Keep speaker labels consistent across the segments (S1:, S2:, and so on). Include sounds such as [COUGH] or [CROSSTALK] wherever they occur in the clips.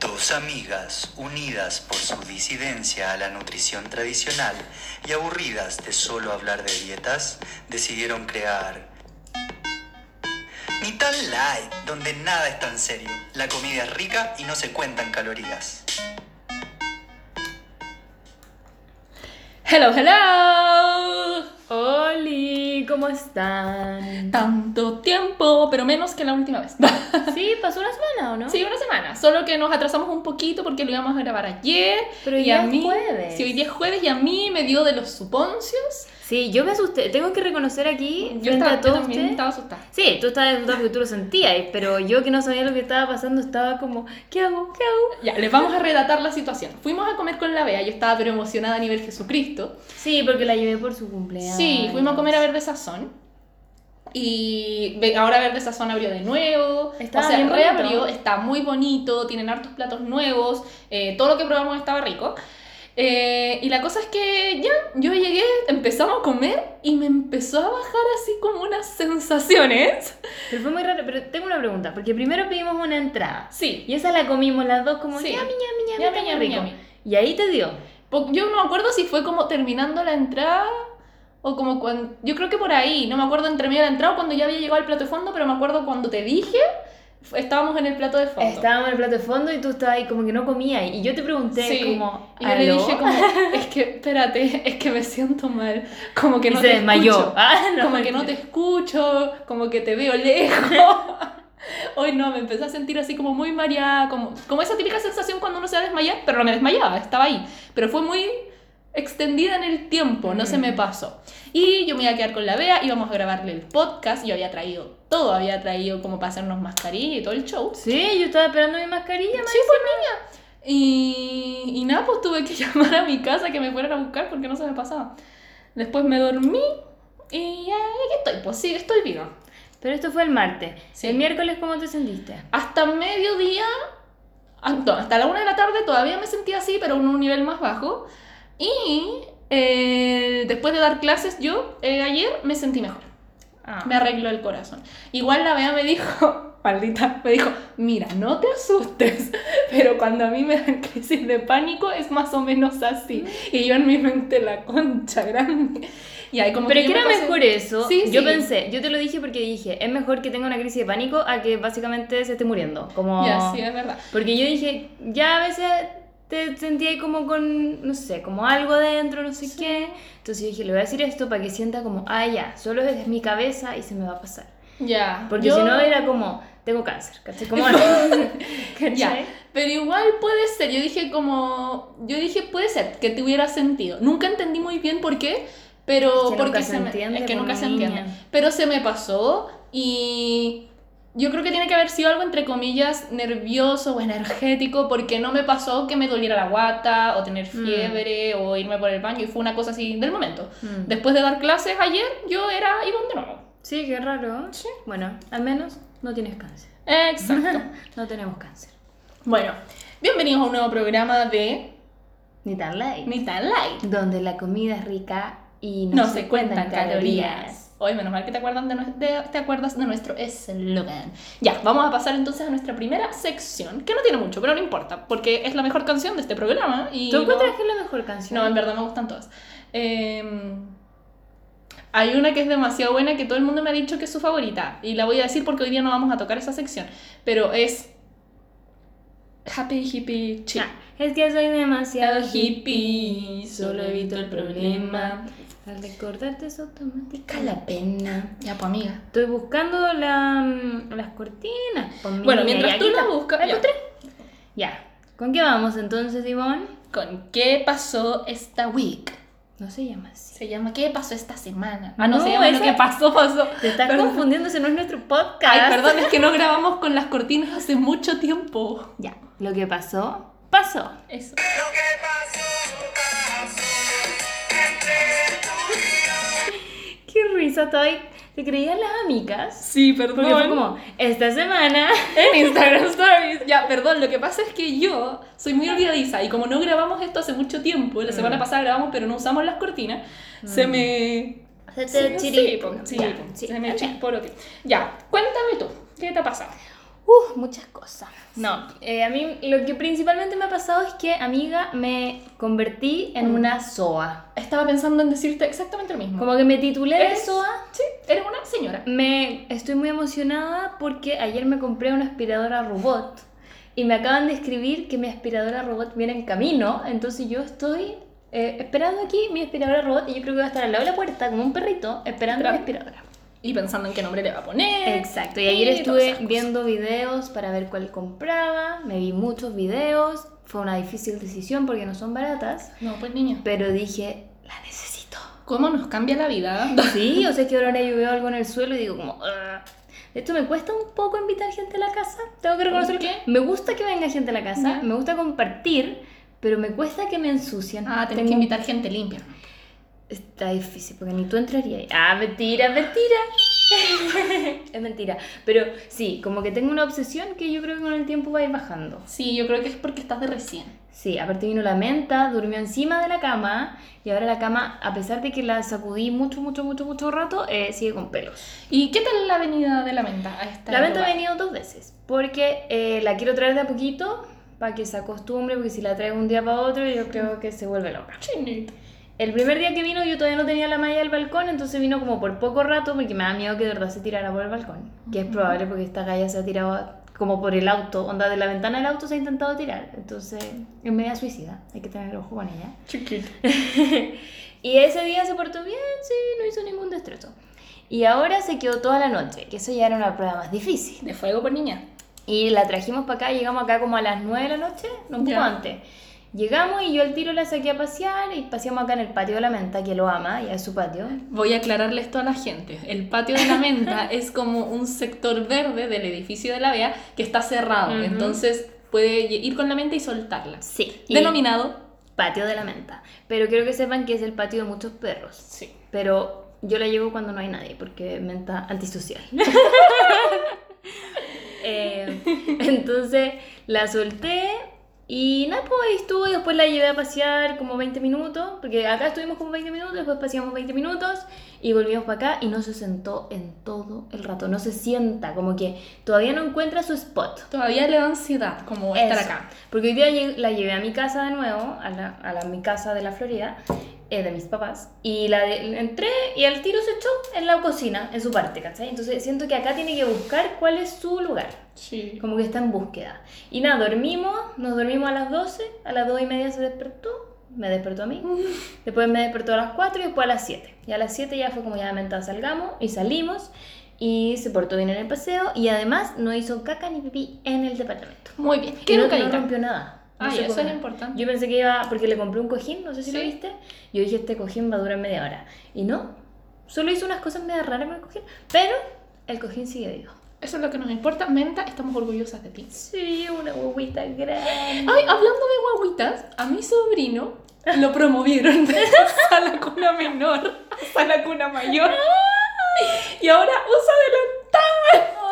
S1: Dos amigas, unidas por su disidencia a la nutrición tradicional y aburridas de solo hablar de dietas, decidieron crear Ni tan light, donde nada es tan serio. La comida es rica y no se cuentan calorías.
S2: Hello, hello. Oli, ¿cómo están?
S3: Tanto tiempo, pero menos que la última vez.
S2: Sí, pasó una semana o no?
S3: Sí, una semana. Solo que nos atrasamos un poquito porque lo íbamos a grabar ayer.
S2: Pero hoy
S3: y
S2: día
S3: a
S2: es
S3: mí,
S2: jueves.
S3: Sí, hoy día es jueves y a mí me dio de los suponcios.
S2: Sí, yo me asusté. Tengo que reconocer aquí,
S3: Yo,
S2: frente
S3: estaba,
S2: a
S3: yo
S2: todos
S3: también
S2: ustedes-
S3: estaba asustada.
S2: Sí, tú estabas dudando porque tú lo sentías, pero yo que no sabía lo que estaba pasando estaba como, ¿qué hago? ¿Qué hago?
S3: Ya, les vamos a relatar la situación. Fuimos a comer con la Bea, yo estaba pero emocionada a nivel Jesucristo.
S2: Sí, porque la llevé por su cumpleaños.
S3: Sí, fuimos a comer a Verde Sazón. Y ve- ahora Verde Sazón abrió de nuevo.
S2: Estaba
S3: o sea,
S2: bien
S3: reabrió,
S2: bonito.
S3: está muy bonito, tienen hartos platos nuevos. eh, todo lo que probamos estaba rico. Eh, y la cosa es que ya, yo llegué, empezamos a comer y me empezó a bajar así como unas sensaciones.
S2: Pero fue muy raro, pero tengo una pregunta, porque primero pedimos una entrada.
S3: Sí.
S2: Y esa la comimos las dos como,
S3: Sí.
S2: ñami, ñami, ñami,
S3: Ñami,
S2: está muy
S3: ñami,
S2: rico.
S3: ñami.
S2: Y ahí te dio.
S3: Po- Yo no me acuerdo si fue como terminando la entrada o como cuando... Yo creo que por ahí, no me acuerdo entre medio de la entrada o cuando ya había llegado al plato de fondo, pero me acuerdo cuando te dije, f- estábamos en el plato de fondo.
S2: Estábamos en el plato de fondo y tú estabas ahí como que no comías. Y yo te pregunté
S3: Sí.
S2: como,
S3: Y yo le
S2: "¿Aló?".
S3: dije
S2: [LAUGHS]
S3: como, es que, espérate, es que me siento mal, como que
S2: Y
S3: no
S2: se
S3: te
S2: desmayó.
S3: escucho,
S2: Ah, no,
S3: como que no te escucho, como que te veo lejos. [LAUGHS] Hoy no, me empecé a sentir así como muy mareada, como, como esa típica sensación cuando uno se va a desmayar, pero no me desmayaba, estaba ahí. Pero fue muy extendida en el tiempo, no se me
S2: Mm.
S3: pasó. Y yo me iba a quedar con la Bea, íbamos a grabarle el podcast, yo había traído todo, había traído como para hacernos mascarilla y todo el show.
S2: Sí, yo estaba esperando mi mascarilla.
S3: Sí, pues niña. Y, y nada, pues tuve que [LAUGHS] llamar a mi casa que me fueran a buscar porque no se me pasaba. Después me dormí y ya, aquí estoy, pues sí, estoy viva.
S2: Pero esto fue el martes.
S3: Sí.
S2: El miércoles, ¿cómo te sentiste?
S3: Hasta mediodía, ah, no, hasta la una de la tarde todavía me sentía así, pero en un nivel más bajo. Y eh, después de dar clases yo, eh, ayer me sentí mejor.
S2: Ah.
S3: Me arregló el corazón. Igual la Bea me dijo, [LAUGHS] maldita, me dijo, mira, no te asustes, [LAUGHS] pero cuando a mí me dan [LAUGHS] crisis de pánico es más o menos así.
S2: Mm.
S3: Y yo en mi mente la concha grande. Y ahí como
S2: Pero
S3: que
S2: es que
S3: yo
S2: era
S3: me pasé-
S2: mejor eso.
S3: Sí,
S2: yo
S3: sí.
S2: pensé, yo te lo dije porque dije, es mejor que tenga una crisis de pánico a que básicamente se esté muriendo. Como...
S3: Ya, sí, es verdad.
S2: Porque yo dije, ya a veces te sentía ahí como con, no sé, como algo adentro, no sé qué. Entonces yo dije, le voy a decir esto para que sienta como, ah, ya, solo es mi cabeza y se me va a pasar.
S3: Ya.
S2: Porque
S3: yo-
S2: si no era como, tengo cáncer,
S3: [LAUGHS]
S2: ¿cachai? Como, ¿cachai?
S3: Ya, pero igual puede ser, yo dije como, yo dije puede ser que te hubiera sentido. Nunca entendí muy bien por qué, pero
S2: Es que
S3: porque
S2: nunca se
S3: me-
S2: entiende,
S3: es que
S2: pues,
S3: nunca se
S2: niña.
S3: entiende. Pero se me pasó y yo creo que tiene que haber sido algo entre comillas nervioso o energético porque no me pasó que me doliera la guata o tener fiebre o irme por el baño y fue una cosa así del momento.
S2: Mm.
S3: Después de dar clases ayer yo era Ivonne de nuevo.
S2: Sí, qué raro.
S3: Sí.
S2: Bueno, al menos no tienes cáncer. [LAUGHS]
S3: Exacto.
S2: no tenemos cáncer.
S3: bueno, bienvenidos a un nuevo programa de
S2: Ni tan light.
S3: Ni tan light.
S2: Donde la comida es rica y no,
S3: No se cuentan calorías. Hoy, menos mal que te, acuerdan de, nue- de- te acuerdas de nuestro eslogan. Ya, vamos a pasar entonces a nuestra primera sección, que no tiene mucho, pero no importa, porque es la mejor canción de este programa. Y
S2: ¿Tú
S3: no-
S2: encuentras que es la mejor canción?
S3: No, en verdad me gustan todas. Eh, hay una que es demasiado buena que todo el mundo me ha dicho que es su favorita, y la voy a decir porque hoy día no vamos a tocar esa sección, pero es Happy Hippie Chill.
S2: Ah, es que soy demasiado hippie.
S3: hippie, solo evito el problema.
S2: Al recordarte es automática la pena.
S3: Ya, pues amiga.
S2: Estoy buscando la, mm, las cortinas. pues, mi
S3: Bueno,
S2: niña, y
S3: mientras tú
S2: aquí
S3: la
S2: está.
S3: buscas,
S2: ¿La
S3: ya.
S2: encontré? Ya. ¿Con qué vamos entonces, Ivonne?
S3: con ¿Qué pasó esta week?
S2: No se llama así.
S3: Se llama ¿Qué pasó esta semana? Ah, no,
S2: No,
S3: se llama lo
S2: esa-
S3: que pasó, pasó. Ah,
S2: Te estás
S3: Perdón.
S2: confundiendo, ese no es nuestro podcast.
S3: Ay, perdón, es que no grabamos con las cortinas hace mucho tiempo.
S2: Ya. Lo que pasó, pasó.
S3: Eso.
S2: Qué risa estoy. ¿Te creían las amigas?
S3: Sí,
S2: Porque fue como, esta semana.
S3: en Instagram Stories. Ya, perdón, lo que pasa es que yo soy muy olvidadiza y como no grabamos esto hace mucho tiempo, la semana pasada grabamos pero no usamos las cortinas, se me...
S2: Se
S3: Mm. se
S2: te
S3: me
S2: chiripó.
S3: chiripó, sí,
S2: Ya, sí,
S3: se me
S2: ya.
S3: chisporoteó. Ya, cuéntame tú, ¿qué te ha pasado? Uf, muchas cosas.
S2: No, eh, a mí lo que principalmente me ha pasado es que, amiga, me convertí en
S3: Mm.
S2: una SOA.
S3: Estaba pensando en decirte exactamente lo mismo.
S2: Como que me titulé de
S3: ¿Eres?
S2: SOA.
S3: Sí, eres una señora.
S2: Me estoy muy emocionada porque ayer me compré una aspiradora robot y me acaban de escribir que mi aspiradora robot viene en camino, entonces yo estoy eh, esperando aquí mi aspiradora robot y yo creo que va a estar al lado de la puerta como un perrito esperando mi
S3: Esperando.
S2: aspiradora.
S3: Y pensando en qué nombre le va a poner.
S2: Exacto, y ayer
S3: todas
S2: estuve
S3: esas cosas.
S2: viendo videos para ver cuál compraba, me vi muchos videos, fue una difícil decisión porque no son baratas,
S3: No, pues niña.
S2: pero dije, la necesito.
S3: ¿Cómo nos cambia la
S2: [LAUGHS]
S3: vida?
S2: Sí, o sea, es que ahora yo veo algo en el suelo y digo como... "Ah". De hecho, me cuesta un poco invitar gente a la casa. Tengo que reconocerlo.
S3: qué?
S2: Me gusta que venga gente a la casa,
S3: Ya.
S2: me gusta compartir, pero me cuesta que me ensucien.
S3: Ah, tenés
S2: Tengo-
S3: que invitar gente limpia.
S2: Está difícil, porque ni tú entrarías. ahí. Ah, mentira, mentira. [LAUGHS] es mentira. Pero sí, como que tengo una obsesión que yo creo que con el tiempo va a ir bajando.
S3: Sí, yo creo que es porque estás de recién.
S2: Sí, aparte vino la menta, durmió encima de la cama y ahora la cama, a pesar de que la sacudí mucho, mucho, mucho, mucho rato, eh, sigue con pelos.
S3: ¿Y qué tal la avenida de la menta? a esta
S2: La venta
S3: altura?
S2: ha venido dos veces, porque eh, la quiero traer de a poquito para que se acostumbre, porque si la traigo un día para otro yo creo que se vuelve loca.
S3: Chinita.
S2: El primer día que vino yo todavía no tenía la malla del balcón, entonces vino como por poco rato porque me da miedo que de verdad se tirara por el balcón, que es probable porque esta galla se ha tirado como por el auto, onda de la ventana del auto se ha intentado tirar, entonces es media suicida, hay que tener ojo con ella.
S3: Chiquita.
S2: Y ese día se portó bien, sí, no hizo ningún destrozo. Y ahora se quedó toda la noche, que eso ya era una prueba más difícil.
S3: De fuego por niña.
S2: Y la trajimos para acá, llegamos acá como a las 9 de la noche, no un poco
S3: Ya.
S2: antes. Llegamos y yo al tiro la saqué a pasear y paseamos acá en el patio de la menta, que lo ama, ya es su patio.
S3: Voy a aclararle esto a la gente. El patio de la
S2: [LAUGHS]
S3: menta es como un sector verde del edificio de la BEA que está cerrado.
S2: Ujú.
S3: Entonces puede ir con la menta y soltarla.
S2: Sí, y-
S3: Denominado.
S2: patio de la menta. Pero quiero que sepan que es el patio de muchos perros.
S3: Sí.
S2: Pero yo la llevo cuando no hay nadie, porque menta antisocial. [LAUGHS] Eh, entonces la solté y nada, pues ahí estuvo. y Después la llevé a pasear como 20 minutos, porque acá estuvimos como 20 minutos, después paseamos 20 minutos y volvimos para acá y no se sentó en todo el rato. No se sienta, como que todavía no encuentra su spot.
S3: Todavía le da ansiedad como estar
S2: Eso.
S3: acá.
S2: Porque hoy día lle- la llevé a mi casa de nuevo, a la, a la- mi casa de la Florida, eh, de mis papás, y la de- entré y al tiro se echó en la cocina, en su parte, ¿cachai? Entonces siento que acá tiene que buscar cuál es su lugar,
S3: Sí.
S2: como que está en búsqueda. Y nada, dormimos, nos dormimos a las 12, a las 2 y media se despertó, me despertó a mí, después me despertó a las 4 y después a las 7. Y a las 7 ya fue como ya mentada salgamos y salimos. Y se portó bien en el paseo y además no hizo caca ni pipí en el departamento.
S3: Muy bien. ¿Qué
S2: no,
S3: nunca
S2: no rompió nada. Ah, No
S3: Ay,
S2: se
S3: eso
S2: comió
S3: es
S2: nada.
S3: importante.
S2: Yo pensé que iba, porque le compré un cojín, no sé si lo
S3: Sí.
S2: viste. Yo dije, este cojín va a durar media hora. Y no, solo hizo unas cosas medio raras con el cojín, pero el cojín sigue vivo.
S3: Eso es lo que nos importa. Menta, estamos orgullosas de ti.
S2: Sí, una huevita grande.
S3: Ay, hablando de guaguitas, a mi sobrino lo promovieron de [LAUGHS] la sala cuna menor a sala cuna mayor. Y ahora usa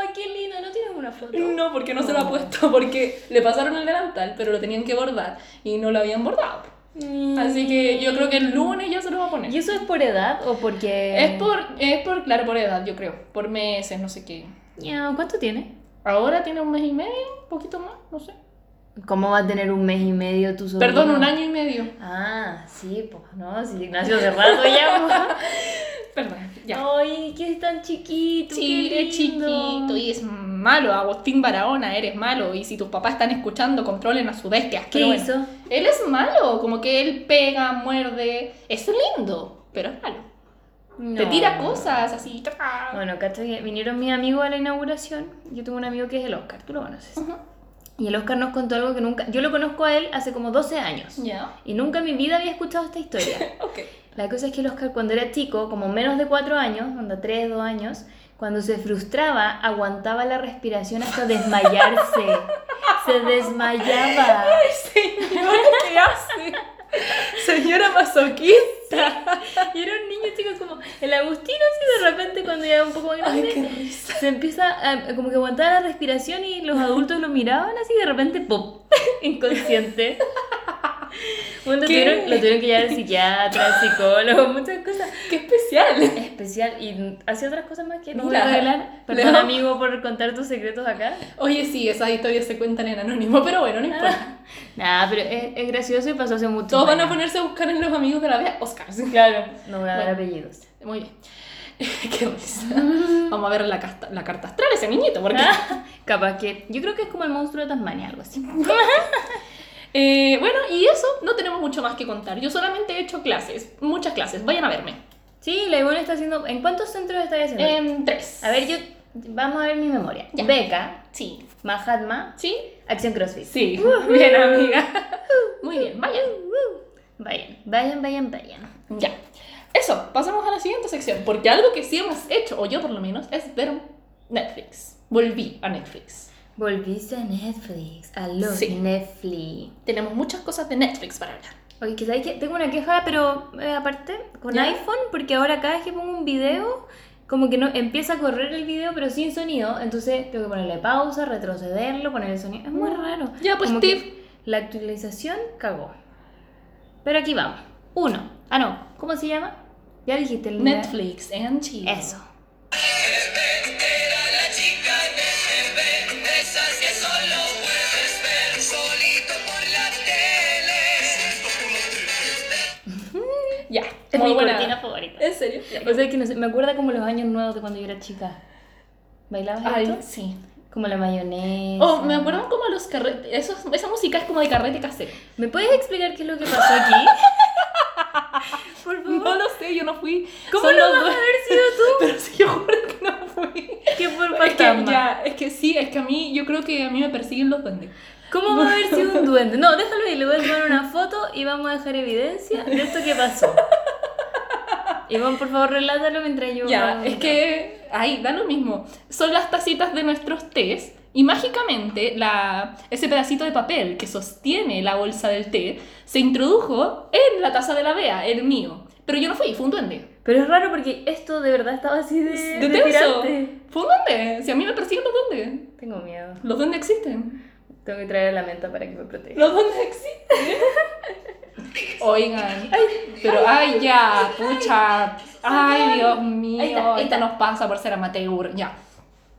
S2: Ay, qué lindo, ¿no tienes una foto?
S3: delantal. No, porque no se lo ha puesto, porque le pasaron el delantal, pero lo tenían que bordar y no lo habían bordado. Así que yo creo que el lunes ya se lo va a poner.
S2: Mm. ¿Y eso es por edad o porque...?
S3: Es por, es por, claro, por edad, yo creo. Por meses, no sé qué.
S2: Ya, ¿Cuánto tiene?
S3: Ahora tiene un mes y medio, un poquito más, no sé.
S2: ¿Cómo va a tener un mes y medio tu sobrino?
S3: Perdón, un año y medio. [LAUGHS]
S2: Ah, sí, pues, ¿no? Si Ignacio hace rato ya, pues.
S3: Perdón, [LAUGHS] ya.
S2: Ay, que es tan chiquito.
S3: Sí,
S2: qué
S3: es chiquito y es malo. Agustín Barahona, eres malo. Y si tus papás están escuchando, controlen a su bestia.
S2: ¿Qué
S3: Pero bueno,
S2: hizo?
S3: Él es malo, como que él pega, muerde. Es lindo, pero es malo. Te
S2: No.
S3: tira cosas así. ta, ta.
S2: Bueno, cacha que vinieron mis amigos a la inauguración. Yo tengo un amigo que es el Oscar, tú lo conoces.
S3: Ujú.
S2: Y el Oscar nos contó algo que nunca. Yo lo conozco a él hace como 12 años.
S3: Ya.
S2: Y nunca en mi vida había escuchado
S3: [LAUGHS]
S2: esta historia.
S3: Ok.
S2: La cosa es que el Oscar, cuando era chico, como menos de 4 años, onda 3, 2 años, cuando se frustraba, aguantaba la respiración hasta
S3: [LAUGHS]
S2: desmayarse. se desmayaba.
S3: Señora, ¿qué
S2: [LAUGHS]
S3: hace? Señora masoquista.
S2: Y era un niño chico como el Agustino, así de repente cuando ya un poco más grande, se empieza a, como que aguantaba la respiración [LAUGHS] y los adultos lo miraban así de repente, ¡pop! inconsciente. Bueno, lo
S3: ¿Qué?
S2: tuvieron, lo tuvieron que llevar al psiquiatra, al psicólogo, muchas cosas.
S3: ¡Qué especial!
S2: Especial. Y hace otras cosas más que no voy
S3: Mira,
S2: a revelar. Perdón,
S3: Leo.
S2: amigo, por contar tus secretos acá.
S3: Oye, sí, esas historias se cuentan en anónimo, pero bueno,
S2: [LAUGHS]
S3: no importa.
S2: Nada, pero es, es gracioso y pasó hace mucho
S3: Todos van a
S2: años.
S3: ponerse a buscar en los amigos de la vida Oscars.
S2: Claro. No voy a dar
S3: Bueno. [LAUGHS]
S2: apellidos.
S3: Muy bien. Qué risa. Ah. Vamos a ver la, casta- la carta astral ese niñito, porque...
S2: Ah, Capaz que. Yo creo que es como el monstruo de Tasmania, algo así.
S3: Eh, bueno, y eso, no tenemos mucho más que contar. Yo solamente he hecho clases, muchas clases. Vayan a verme.
S2: Sí, la Ivonne está haciendo. ¿En cuántos centros está haciendo?
S3: En tres.
S2: a ver, yo. Vamos a ver mi memoria.
S3: Em, Ya.
S2: Beca,
S3: Sí.
S2: Mahatma,
S3: ¿Sí?
S2: Acción CrossFit. [LAUGHS]
S3: Sí. Bien, amiga. Uh-huh. Muy bien, vayan.
S2: Vayan, vayan, vayan, vayan.
S3: Ya. Eso, pasamos a la siguiente sección. Porque algo que sí hemos hecho, o yo por lo menos, es ver Netflix. Volví a Netflix.
S2: Volviste a Netflix. A los
S3: Sí.
S2: Netflix.
S3: Tenemos muchas cosas de Netflix para hablar.
S2: Oye, que sabes que tengo una queja, pero eh, aparte, con
S3: ¿Ya?
S2: iPhone, porque ahora cada vez que pongo un video, como que no empieza a correr el video, pero sin sonido. Entonces tengo que ponerle pausa, retrocederlo, poner el sonido. Es muy raro.
S3: Ya, pues,
S2: Como que
S3: tip.
S2: La actualización cagó. Pero aquí vamos. Uno. Ah, no. ¿Cómo se llama? Ya dijiste el nombre.
S3: Netflix and chill.
S2: Eso.
S3: Ya.
S2: Es
S3: muy
S2: mi
S3: buena.
S2: cortina favorita.
S3: ¿En serio? Ya.
S2: O sea, que no sé, me acuerda como los años nuevos de cuando yo era chica. ¿Bailabas
S3: Ay,
S2: esto?
S3: sí.
S2: Como la mayonesa.
S3: Oh, me acuerdan como los carretes. Esa música es como de carrete casero.
S2: ¿Me puedes explicar qué es lo que pasó aquí?
S3: [LAUGHS]
S2: Por favor.
S3: No lo sé, yo no fui.
S2: ¿Cómo
S3: Son
S2: no
S3: los
S2: vas
S3: dos-
S2: a haber sido tú?
S3: [LAUGHS] Pero sí, yo juro que no fui.
S2: ¿Qué por
S3: Es que,
S2: fantasma?
S3: ya, es que sí, es que a mí, yo creo que a mí me persiguen los duendes.
S2: ¿Cómo va a haber sido un duende? No, déjalo y le voy a tomar una foto y vamos a dejar evidencia de esto que pasó. Iván, por favor, relátalo mientras yo.
S3: Ya, es que, ay, da lo mismo. Son las tacitas de nuestros tés y mágicamente la, ese pedacito de papel que sostiene la bolsa del té se introdujo en la taza de la Bea, el mío. Pero yo no fui, fue un duende.
S2: Pero es raro porque esto de verdad estaba así de.
S3: ¿De
S2: de
S3: tenso?
S2: tirante.
S3: Fue un duende. Si a mí me persiguen los duendes.
S2: Tengo miedo.
S3: Los duendes existen.
S2: Tengo que traer la menta para que me proteja.
S3: Los duendes existen. [LAUGHS] Oigan. Pero, ay, ya, pucha. Ay, Dios mío.
S2: Ahí está, ahí
S3: Esto
S2: está.
S3: nos pasa por ser amateur. Ya.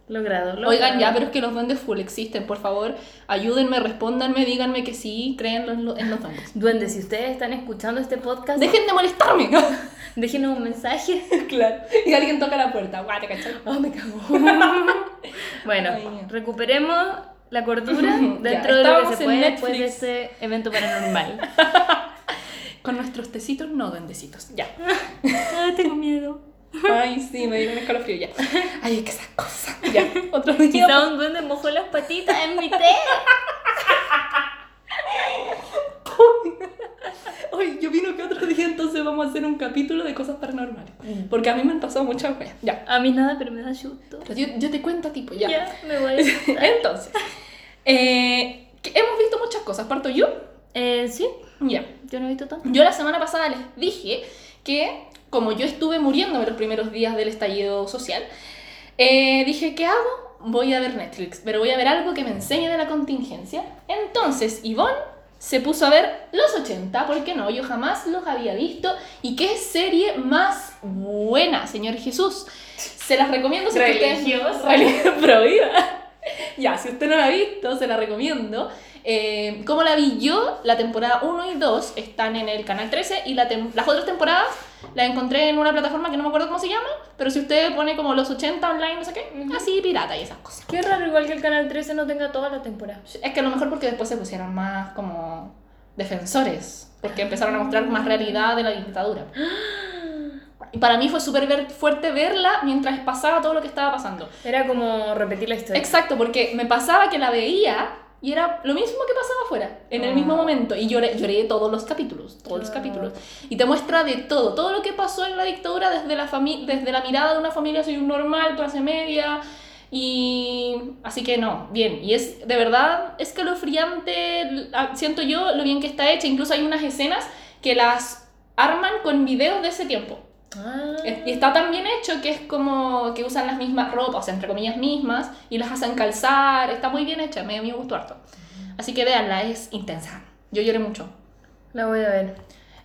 S2: Logrado, logrado.
S3: Oigan, ya, pero es que los duendes full existen, por favor, ayúdenme, respóndanme, díganme que sí, creen en los, en los duendes.
S2: Duendes, si ustedes están escuchando este podcast,
S3: ¡Dejen de molestarme!
S2: déjenos un mensaje.
S3: [LAUGHS]
S2: [LAUGHS]
S3: claro. Y alguien toca la puerta, guau, te cachai.
S2: Ah, me cago. bueno,
S3: Ay, no.
S2: recuperemos la [LAUGHS] cordura
S3: Ya,
S2: dentro de lo que
S3: estábamos
S2: se
S3: en
S2: puede después de
S3: Netflix.
S2: este evento paranormal.
S3: [LAUGHS] Con nuestros tecitos, no duendecitos, ya.
S2: [LAUGHS] Ah, tengo miedo.
S3: Ay, sí, me dio un escalofrío, ya. Ay, es que esas cosas. Ya, otro día.
S2: Quizá un duende mojó las patitas en mi té.
S3: Ay, yo vino que otro día entonces vamos a hacer un capítulo de cosas paranormales. Porque a mí me han pasado muchas veces. Ya.
S2: A mí nada, pero me da susto.
S3: Pero yo, yo te cuento, tipo, ya.
S2: Ya, me voy a [LAUGHS] asustar.
S3: Entonces, eh, que hemos visto muchas cosas. ¿Parto yo?
S2: Eh, sí,
S3: Ya.
S2: yo no he visto tanto.
S3: Yo la semana pasada les dije que, como yo estuve muriéndome los primeros días del estallido social, eh, dije, ¿qué hago? Voy a ver Netflix, pero voy a ver algo que me enseñe de la contingencia. Entonces, Yvonne se puso a ver Los 80, porque no, yo jamás los había visto. ¿Y qué serie más buena, Señor Jesús? Se las recomiendo si es que ustedes-
S2: Religiosa.
S3: Reli- [LAUGHS] Prohibida. ya, si usted no la ha visto, se la recomiendo. Eh, como la vi yo, la temporada 1 y 2 están en el canal 13 y la tem- las otras temporadas las encontré en una plataforma que no me acuerdo cómo se llama, pero si usted pone como los 80 online, no sé qué,
S2: Ujú.
S3: así pirata y esas cosas.
S2: Qué raro, igual que el canal 13 no tenga toda la temporada.
S3: Es que a lo mejor porque después se pusieron más como defensores, porque empezaron a mostrar más realidad de la dictadura. Y para mí fue súper ver- fuerte verla mientras pasaba todo lo que estaba pasando.
S2: Era como repetir la historia.
S3: Exacto, porque me pasaba que la veía y era lo mismo que pasaba afuera, en el mismo
S2: Ah.
S3: momento. Y lloré, lloré todos los capítulos, todos los
S2: Ah.
S3: capítulos. Y te muestra de todo, todo lo que pasó en la dictadura desde la, fami- desde la mirada de una familia soy un normal, clase media. Y así que no, bien. Y es de verdad escalofriante, l- ah, siento yo lo bien que está hecha. Incluso hay unas escenas que las arman con videos de ese tiempo.
S2: Ah.
S3: Es- Y está tan bien hecho que es como que usan las mismas ropas, o sea, entre comillas mismas, y las hacen calzar. Está muy bien hecha, me, me gustó harto. Así que véanla, es intensa. Yo lloré mucho.
S2: La voy a ver.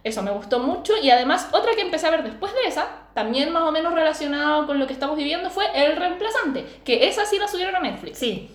S3: Eso me gustó mucho. Y además, otra que empecé a ver después de esa, también más o menos relacionado con lo que estamos viviendo, fue El Reemplazante, que esa sí la subieron a Netflix.
S2: Sí.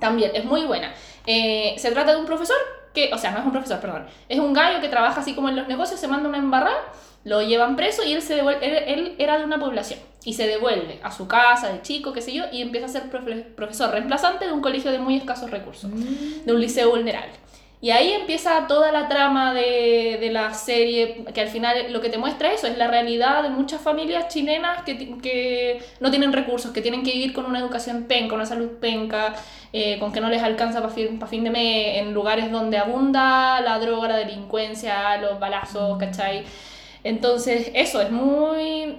S3: También, es muy buena. Eh, se trata de un profesor que, o sea, no es un profesor, perdón, es un gallo que trabaja así como en los negocios, se manda una embarrada, lo llevan preso y él se devuelve, él, él era de una población y se devuelve a su casa de chico, qué sé yo, y empieza a ser profe- profesor reemplazante de un colegio de muy escasos recursos
S2: Mm.
S3: de un liceo vulnerable. Y ahí empieza toda la trama de, de la serie, que al final lo que te muestra eso es la realidad de muchas familias chilenas que, ti- que no tienen recursos, que tienen que vivir con una educación penca, una salud penca, eh, con que no les alcanza para fin, pa' fin de mes, en lugares donde abunda la droga, la delincuencia, los balazos, ¿cachai? Entonces, eso es muy...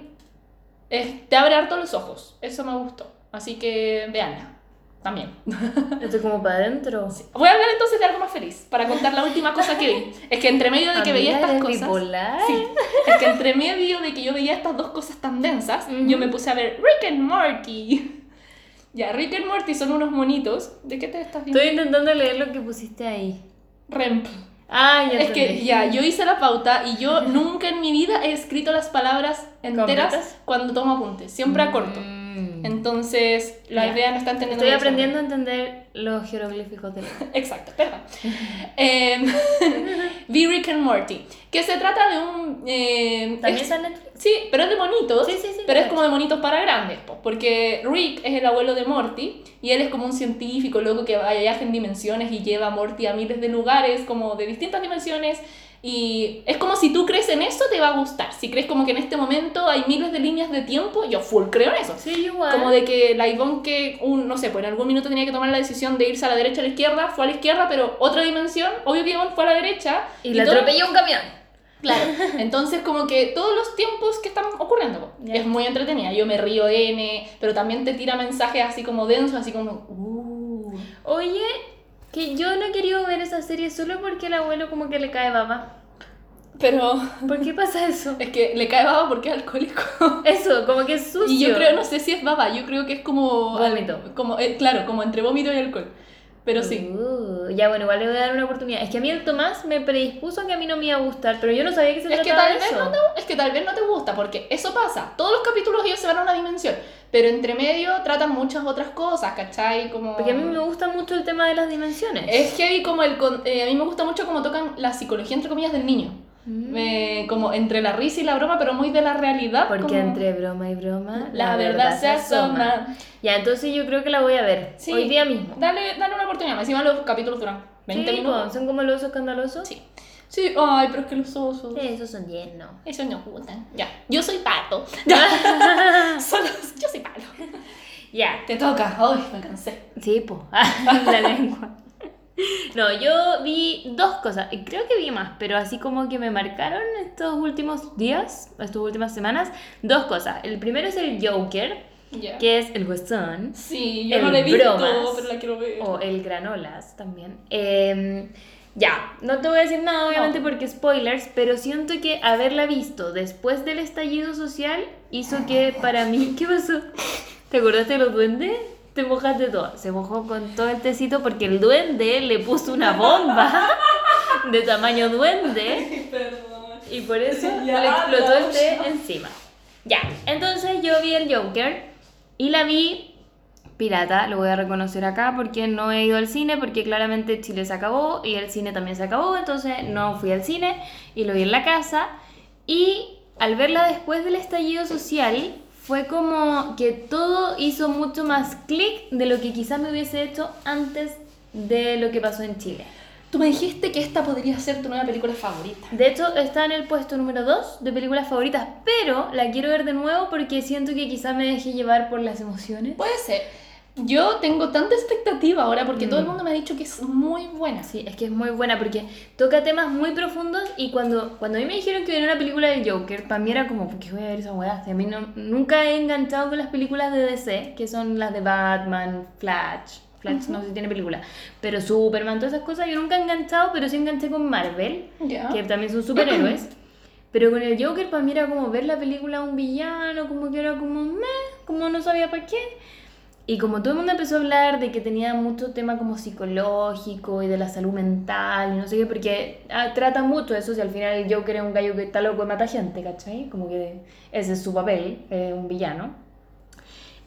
S3: es- te abre harto los ojos, eso me gustó. Así que veanla, también.
S2: Estoy como para adentro.
S3: Voy a hablar entonces de algo más feliz, para contar la última cosa que vi. Es que entre medio de que veía
S2: Amiga,
S3: estas
S2: eres
S3: cosas...
S2: bipolar.
S3: Sí, es que entre medio de que yo veía estas dos cosas tan densas,
S2: Ujú.
S3: yo me puse a ver Rick and Morty. Ya, Rick and Morty son unos monitos. ¿De qué te estás viendo?
S2: Estoy intentando leer lo que pusiste ahí.
S3: Remp.
S2: Ah, ya
S3: Es que
S2: entendí.
S3: ya, yo hice la pauta y yo nunca en mi vida he escrito las palabras enteras
S2: ¿Completas?
S3: cuando tomo apuntes. Siempre a corto.
S2: Mm.
S3: Entonces, la
S2: Ya.
S3: idea no está entendiendo.
S2: Estoy
S3: bien.
S2: aprendiendo a entender los
S3: [LAUGHS]
S2: jeroglíficos de
S3: Exacto, perdón. Eh, vi Rick and Morty, que se trata de un... eh,
S2: ¿También
S3: es-
S2: sale?
S3: sí, pero es de monitos,
S2: Sí, sí, sí,
S3: pero es
S2: claro.
S3: como de monitos para grandes, po, porque Rick es el abuelo de Morty y él es como un científico loco que viaja en dimensiones y lleva a Morty a miles de lugares, como de distintas dimensiones. Y es como si tú crees en eso, te va a gustar. Si crees como que en este momento hay miles de líneas de tiempo, yo full creo en eso.
S2: Sí, igual.
S3: Como de que la Ivonne que, un, no sé, pues en algún minuto tenía que tomar la decisión de irse a la derecha o a la izquierda, fue a la izquierda, pero otra dimensión, obvio que Ivonne fue a la derecha.
S2: Y la
S3: todo-
S2: atropelló un camión.
S3: Claro. Entonces como que todos los tiempos que están ocurriendo, po.
S2: Ya.
S3: es muy entretenida. Yo me río N, pero también te tira mensajes así como densos, así como... "Uh".
S2: Oye, que yo no he querido ver esa serie solo porque el abuelo como que le cae baba.
S3: Pero
S2: ¿Por qué pasa
S3: [LAUGHS]
S2: eso?
S3: es que le cae baba porque es alcohólico.
S2: Eso, como que es sucio.
S3: Y yo creo, no sé si es baba, yo creo que es como...
S2: Vómito.
S3: Como, eh, claro, como entre vómito y alcohol. Pero sí.
S2: Uh, ya, bueno, igual le voy a dar una oportunidad. Es que a mí el Tomás me predispuso a que a mí no me iba a gustar, pero yo no sabía que se
S3: Es que
S2: trataba
S3: tal
S2: de
S3: vez
S2: eso.
S3: no te, es que tal vez no te gusta, porque eso pasa. Todos los capítulos ellos se van a una dimensión, pero entre medio tratan muchas otras cosas, ¿cachai? Como...
S2: Porque a mí me gusta mucho el tema de las dimensiones.
S3: Es heavy como el... con- eh, a mí me gusta mucho como tocan la psicología, entre comillas, del niño.
S2: Mm.
S3: Eh, como entre la risa y la broma, pero muy de la realidad.
S2: Porque
S3: como-
S2: entre broma y broma,
S3: La, verdad, se asoma.
S2: Ya, entonces yo creo que la voy a ver.
S3: Sí.
S2: Hoy día mismo.
S3: Dale, dale una oportunidad. Encima los capítulos duran 20
S2: Sí, pues. po,
S3: minutos.
S2: ¿Son como los osos escandalosos?
S3: Sí. Sí, ay, pero es que los osos...
S2: Sí, esos son 10,
S3: [LAUGHS]
S2: no.
S3: Eso nos gustan. Ya. Yo soy pato. [LAUGHS] Ya. Solo- yo soy palo.
S2: Ya.
S3: Te toca. Ay, me cansé.
S2: Sí, pues. [LAUGHS] la lengua. No, yo vi dos cosas, y creo que vi más, pero así como que me marcaron estos últimos días, estas últimas semanas, dos cosas. El primero es el Joker,
S3: Ya.
S2: que es el Weston,
S3: Sí, yo
S2: El
S3: no la he visto,
S2: bromas.
S3: pero la quiero ver. [LAUGHS]
S2: o el Granolas también. Eh, ya, no te voy a decir nada obviamente
S3: No.
S2: porque spoilers, pero siento que haberla visto después del estallido social hizo que para mí... [LAUGHS] ¿Qué pasó? ¿Te acordaste de los duendes? Te mojaste todo. Se mojó con todo el tecito porque el duende le puso una bomba [LAUGHS] de tamaño duende.
S3: Perdón.
S2: Y por eso
S3: Ya,
S2: le explotó
S3: la
S2: el té
S3: olla.
S2: encima. Ya, entonces yo vi el Joker y la vi pirata, lo voy a reconocer acá porque no he ido al cine porque claramente Chile se acabó y el cine también se acabó, entonces no fui al cine y lo vi en la casa y al verla después del estallido social fue como que todo hizo mucho más clic de lo que quizás me hubiese hecho antes de lo que pasó en Chile.
S3: Tú me dijiste que esta podría ser tu nueva película favorita.
S2: De hecho, está en el puesto número 2 de películas favoritas, pero la quiero ver de nuevo porque siento que quizá me dejé llevar por las emociones.
S3: Puede ser. Yo tengo tanta expectativa ahora porque
S2: Mm.
S3: todo el mundo me ha dicho que es muy buena.
S2: Sí, es que es muy buena porque toca temas muy profundos y cuando, cuando a mí me dijeron que venía una película del Joker, para mí era como, ¿por qué voy a ver esa weá? Si a mí no- nunca he enganchado con las películas de DC, que son las de Batman, Flash, Flash no sé si tiene película, pero Superman, todas esas cosas, yo nunca he enganchado, pero sí enganché con Marvel.
S3: Ya.
S2: que también son superhéroes. Pero con el Joker para mí era como ver la película a un villano, como que era como meh, como no sabía para qué. Y como todo el mundo empezó a hablar de que tenía mucho tema como psicológico y de la salud mental y no sé qué, porque ah, trata mucho eso, si al final el Joker es un gallo que está loco y mata gente, ¿cachai? Como que ese es su papel, eh, un villano.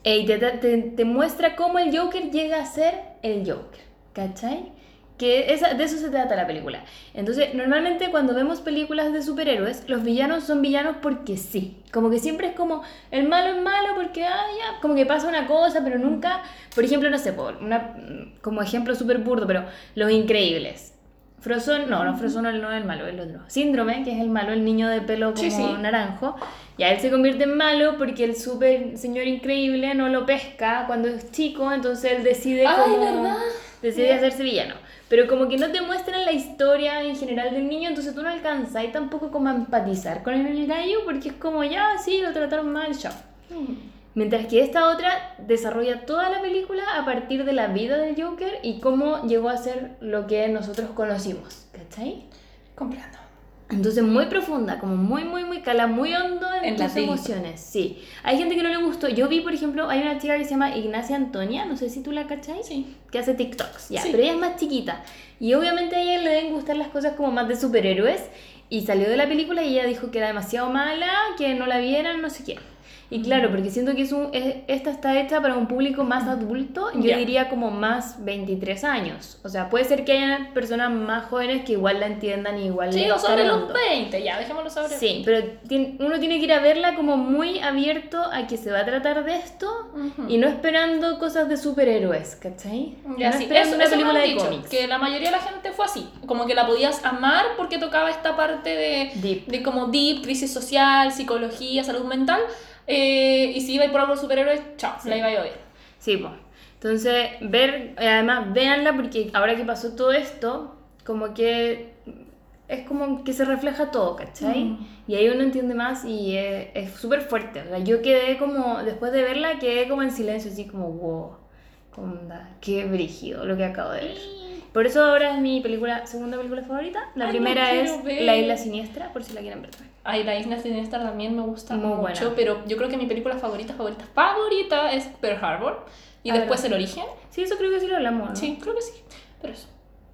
S2: Eh, y te, te, te muestra cómo el Joker llega a ser el Joker, ¿cachai? que esa, de eso se trata la película. Entonces, normalmente cuando vemos películas de superhéroes, los villanos son villanos porque sí. Como que siempre es como, el malo es malo porque, ah, ya, como que pasa una cosa, pero nunca, por ejemplo, no sé, por una, mm, como ejemplo súper burdo, pero Los Increíbles. Frozen, no, no, Frozen no, no es el malo, es el otro. Síndrome, que es el malo, el niño de pelo como
S3: Sí, sí.
S2: naranjo. Y a él se convierte en malo porque el super señor increíble no lo pesca cuando es chico, entonces él decide
S3: Ay,
S2: como...
S3: ¿verdad?
S2: Decide hacerse villano. Pero como que no te muestran la historia en general del niño, entonces tú no alcanzas y tampoco como a empatizar con el gallo porque es como, ya, sí, lo trataron mal, chao.
S3: mm,
S2: Mientras que esta otra desarrolla toda la película a partir de la vida del Joker y cómo llegó a ser lo que nosotros conocimos, ¿cachai?
S3: Comprando.
S2: Entonces muy profunda, como muy, muy, muy cala, muy hondo en,
S3: En la
S2: tus
S3: deep.
S2: emociones, sí. Hay gente que no le gustó. Yo vi, por ejemplo, hay una chica que se llama Ignacia Antonia, no sé si tú la cachai,
S3: Sí.
S2: que hace TikToks, ya,
S3: Sí.
S2: pero ella es más chiquita. Y obviamente a ella le deben gustar las cosas como más de superhéroes. Y salió de la película y ella dijo que era demasiado mala, que no la vieran, no sé qué. Y
S3: Mm.
S2: claro, porque siento que es un- es- esta está hecha para un público más adulto, yo
S3: Ya.
S2: diría como más 23 años. O sea, puede ser que haya personas más jóvenes que igual la entiendan y igual
S3: Sí,
S2: le
S3: o sobre los
S2: gustando.
S3: 20, ya, dejémoslo sobre
S2: Sí, pero tien- uno tiene que ir a verla como muy abierto a que se va a tratar de esto
S3: Ujú.
S2: y no esperando cosas de superhéroes, ¿cachai?
S3: Mm. Ya,
S2: no
S3: sí,
S2: esperando
S3: eso,
S2: una
S3: eso me
S2: película
S3: han
S2: de
S3: dicho,
S2: cómics.
S3: que la mayoría de la gente fue así, como que la podías amar porque tocaba esta parte de,
S2: Deep.
S3: de como deep, crisis social, psicología, salud mental, eh, y si iba a ir por algo de superhéroes, chao, la iba a odiar.
S2: Sí, pues. Entonces, ver, eh, además, véanla porque ahora que pasó todo esto, como que es como que se refleja todo, ¿cachai?
S3: Mm.
S2: Y ahí uno entiende más y eh, es súper fuerte. O sea, yo quedé como, después de verla, quedé como en silencio, así como, wow, como, onda, qué brígido lo que acabo de ver. Por eso ahora es mi película, segunda película favorita.
S3: Ay,
S2: La
S3: la
S2: primera
S3: quiero
S2: es
S3: ver.
S2: La Isla Siniestra, por si la quieren ver también.
S3: Ay, La Isla Siniestra también me gusta
S2: Muy
S3: mucho,
S2: buena.
S3: pero yo creo que mi película favorita, favorita, favorita es Pearl Harbor, y
S2: Ah,
S3: después El
S2: verdad.
S3: Origen,
S2: Sí, eso creo que sí lo hablamos. ¿no?
S3: sí, creo que sí, pero eso.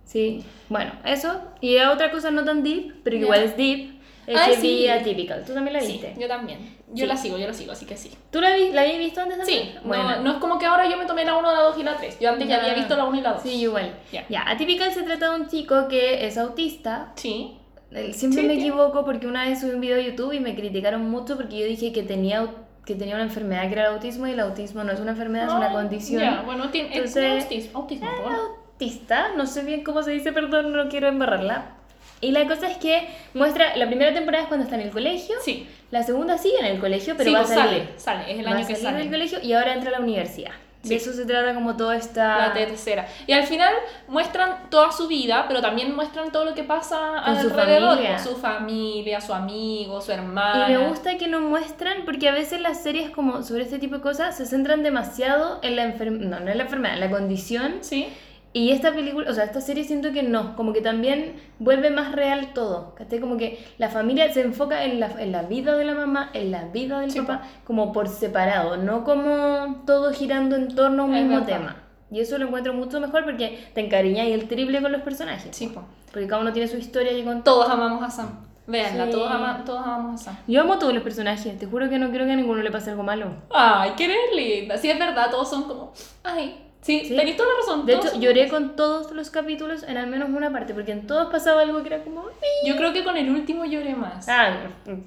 S2: Sí, bueno, eso. Y otra cosa no tan deep, pero que
S3: Ya.
S2: igual es deep, es
S3: Ay,
S2: que
S3: sí.
S2: vi Atypical. ¿Tú también la
S3: Sí,
S2: viste?
S3: yo también, yo
S2: Sí.
S3: la sigo, yo la sigo, así que sí.
S2: ¿Tú la, vi- la habías visto antes también?
S3: Sí,
S2: Buena.
S3: no, no es como que ahora yo me tomé la 1, la 2 y la 3. Yo antes ya
S2: Ya.
S3: había visto la 1 y la 2.
S2: Sí, igual.
S3: Ya.
S2: Ya, Atypical se trata de un chico que es autista.
S3: Sí.
S2: Él- Siempre
S3: Sí,
S2: me
S3: tiene-
S2: equivoco porque una vez subí un video a YouTube y me criticaron mucho porque yo dije que tenía, au- que tenía una enfermedad que era el autismo y el autismo no es una enfermedad, es una
S3: Ah,
S2: condición.
S3: Ya, bueno, tiene es
S2: Entonces- eh,
S3: autismo. autismo
S2: Era
S3: bueno.
S2: autista, no sé bien cómo se dice, perdón, no quiero embarrarla. Y la cosa es que muestra, la primera temporada es cuando está en el colegio,
S3: Sí,
S2: la segunda sigue en el colegio, pero
S3: sí,
S2: va a
S3: pues
S2: salir.
S3: sale, sale, es el
S2: Va a
S3: año que
S2: salir del
S3: sale.
S2: colegio y ahora entra a la universidad.
S3: Sí.
S2: De eso se trata como toda esta...
S3: La tercera. Y al final muestran toda su vida, pero también muestran todo lo que pasa
S2: Con su
S3: alrededor.
S2: familia.
S3: Con su familia, su amigo, su
S2: Y
S3: hermana.
S2: me gusta que no muestran, porque a veces las series como sobre este tipo de cosas se centran demasiado en la enfermedad, no, no en la enfermedad, en la condición.
S3: Sí.
S2: Y esta película, o sea, esta serie siento que no, como que también vuelve más real todo, ¿cachai? Como que la familia se enfoca en la, en la vida de la mamá, en la vida del
S3: Sí,
S2: papá, como por separado, no como todo girando en torno a un
S3: Es
S2: mismo
S3: verdad.
S2: tema. Y eso lo encuentro mucho mejor porque te encariñas y el triple con los personajes.
S3: Sí, po.
S2: Porque cada uno tiene su historia y con todo.
S3: Todos amamos a Sam. Véanla,
S2: Sí.
S3: todos, ama- todos amamos a Sam.
S2: Yo amo a todos los personajes, te juro que no quiero que a ninguno le pase algo malo.
S3: Ay, qué eres linda. Sí, es verdad, todos son como. Ay, sí,
S2: Sí.
S3: tenéis toda la razón.
S2: De
S3: todos
S2: hecho,
S3: son-
S2: lloré con todos los capítulos en al menos una parte, porque en todos pasaba algo que era como...
S3: Yo creo que con el último lloré más.
S2: Ah,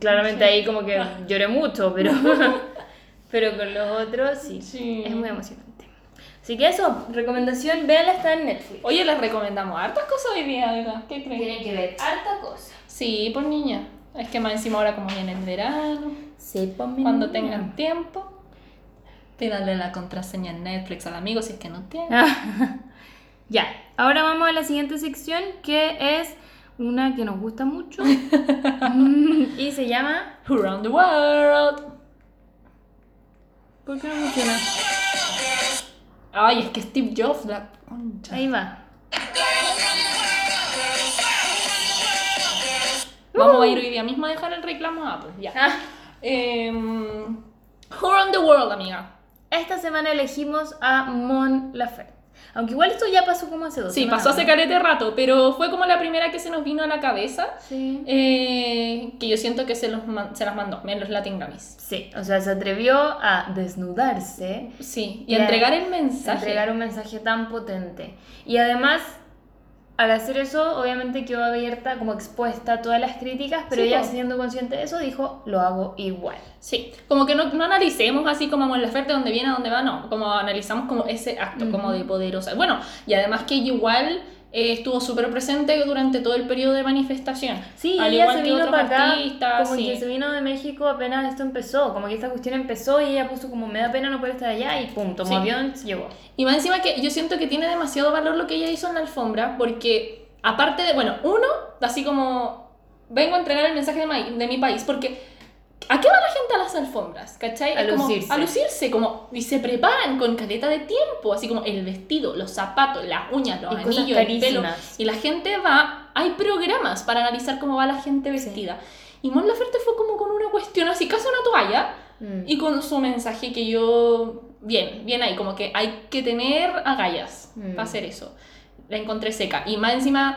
S2: claramente
S3: Sí.
S2: ahí
S3: [LAUGHS]
S2: como que
S3: Ah.
S2: lloré mucho,
S3: [LAUGHS]
S2: pero, pero con los otros sí.
S3: Sí.
S2: Es muy emocionante. Así que eso, recomendación, véanla, está
S3: [LAUGHS]
S2: en Netflix.
S3: Oye, les recomendamos hartas cosas hoy día, oiga. ¿Qué creen?
S2: que ver harta cosa.
S3: Sí, pues niña. Es que más encima ahora como viene el verano,
S2: pues,
S3: cuando tengan tiempo, pídanle la contraseña en Netflix al amigo si es que no tiene.
S2: ya, ahora vamos a la siguiente sección que es una que nos
S3: [LAUGHS]
S2: gusta mucho y se llama...
S3: Around the world.
S2: ¿Por qué no funciona?
S3: Ay, es que Steve Jobs, la concha.
S2: Ahí va. Uh.
S3: Vamos a ir hoy día mismo Ah, pues, a dejar el reclamo a Apple, ya.
S2: Ah,
S3: Em, Around the world, amiga.
S2: Esta semana elegimos a Mon Laferte. Aunque igual esto ya pasó como hace dos
S3: Sí,
S2: semanas,
S3: pasó hace
S2: ¿no?
S3: carete rato, pero fue como la primera que se nos vino a la cabeza.
S2: Sí.
S3: eh, que yo siento que se, los man- se las mandó en los Latin Grammys.
S2: Sí, o sea, se atrevió a desnudarse,
S3: Sí, y
S2: Y a-
S3: a entregar el
S2: a
S3: mensaje.
S2: entregar un mensaje tan potente. Y además, al hacer eso, obviamente quedó abierta, como expuesta a todas las críticas, pero
S3: Sí,
S2: ella
S3: po.
S2: siendo consciente de eso, dijo, lo hago igual.
S3: Sí, como que no, no analicemos así como la oferta, dónde viene, a dónde va, no, como analizamos como ese acto
S2: Ujú.
S3: como de poderosa. Bueno, y además que ella igual eh, estuvo súper presente durante todo el periodo de manifestación.
S2: Sí,
S3: Al
S2: ella
S3: igual
S2: se
S3: que
S2: vino
S3: otros
S2: para acá,
S3: artistas,
S2: como
S3: sí.
S2: que se vino de México apenas esto empezó, como que esta cuestión empezó y ella puso como, me da pena no poder estar allá, y pum, tomó
S3: Sí.
S2: avión, se llegó.
S3: Y más encima que yo siento que tiene demasiado valor lo que ella hizo en la alfombra, porque aparte de, bueno, uno, así como vengo a entregar el mensaje de, ma- de mi país, porque ¿a qué va la gente a las alfombras? ¿Cachai?
S2: A
S3: Es como-
S2: lucirse.
S3: a lucirse, como, y se preparan con caleta de tiempo, así como el vestido, los zapatos, las uñas, los
S2: Y cosas
S3: anillos, el pelo.
S2: carísimas.
S3: Y la gente va, hay programas para analizar cómo va la gente vestida. Y Mon Laferte fue como con una cuestión así, casi una toalla,
S2: Mm.
S3: y con su mensaje que yo. Bien, bien ahí, como que hay que tener agallas
S2: Mm.
S3: para hacer eso. La encontré seca. Y más encima,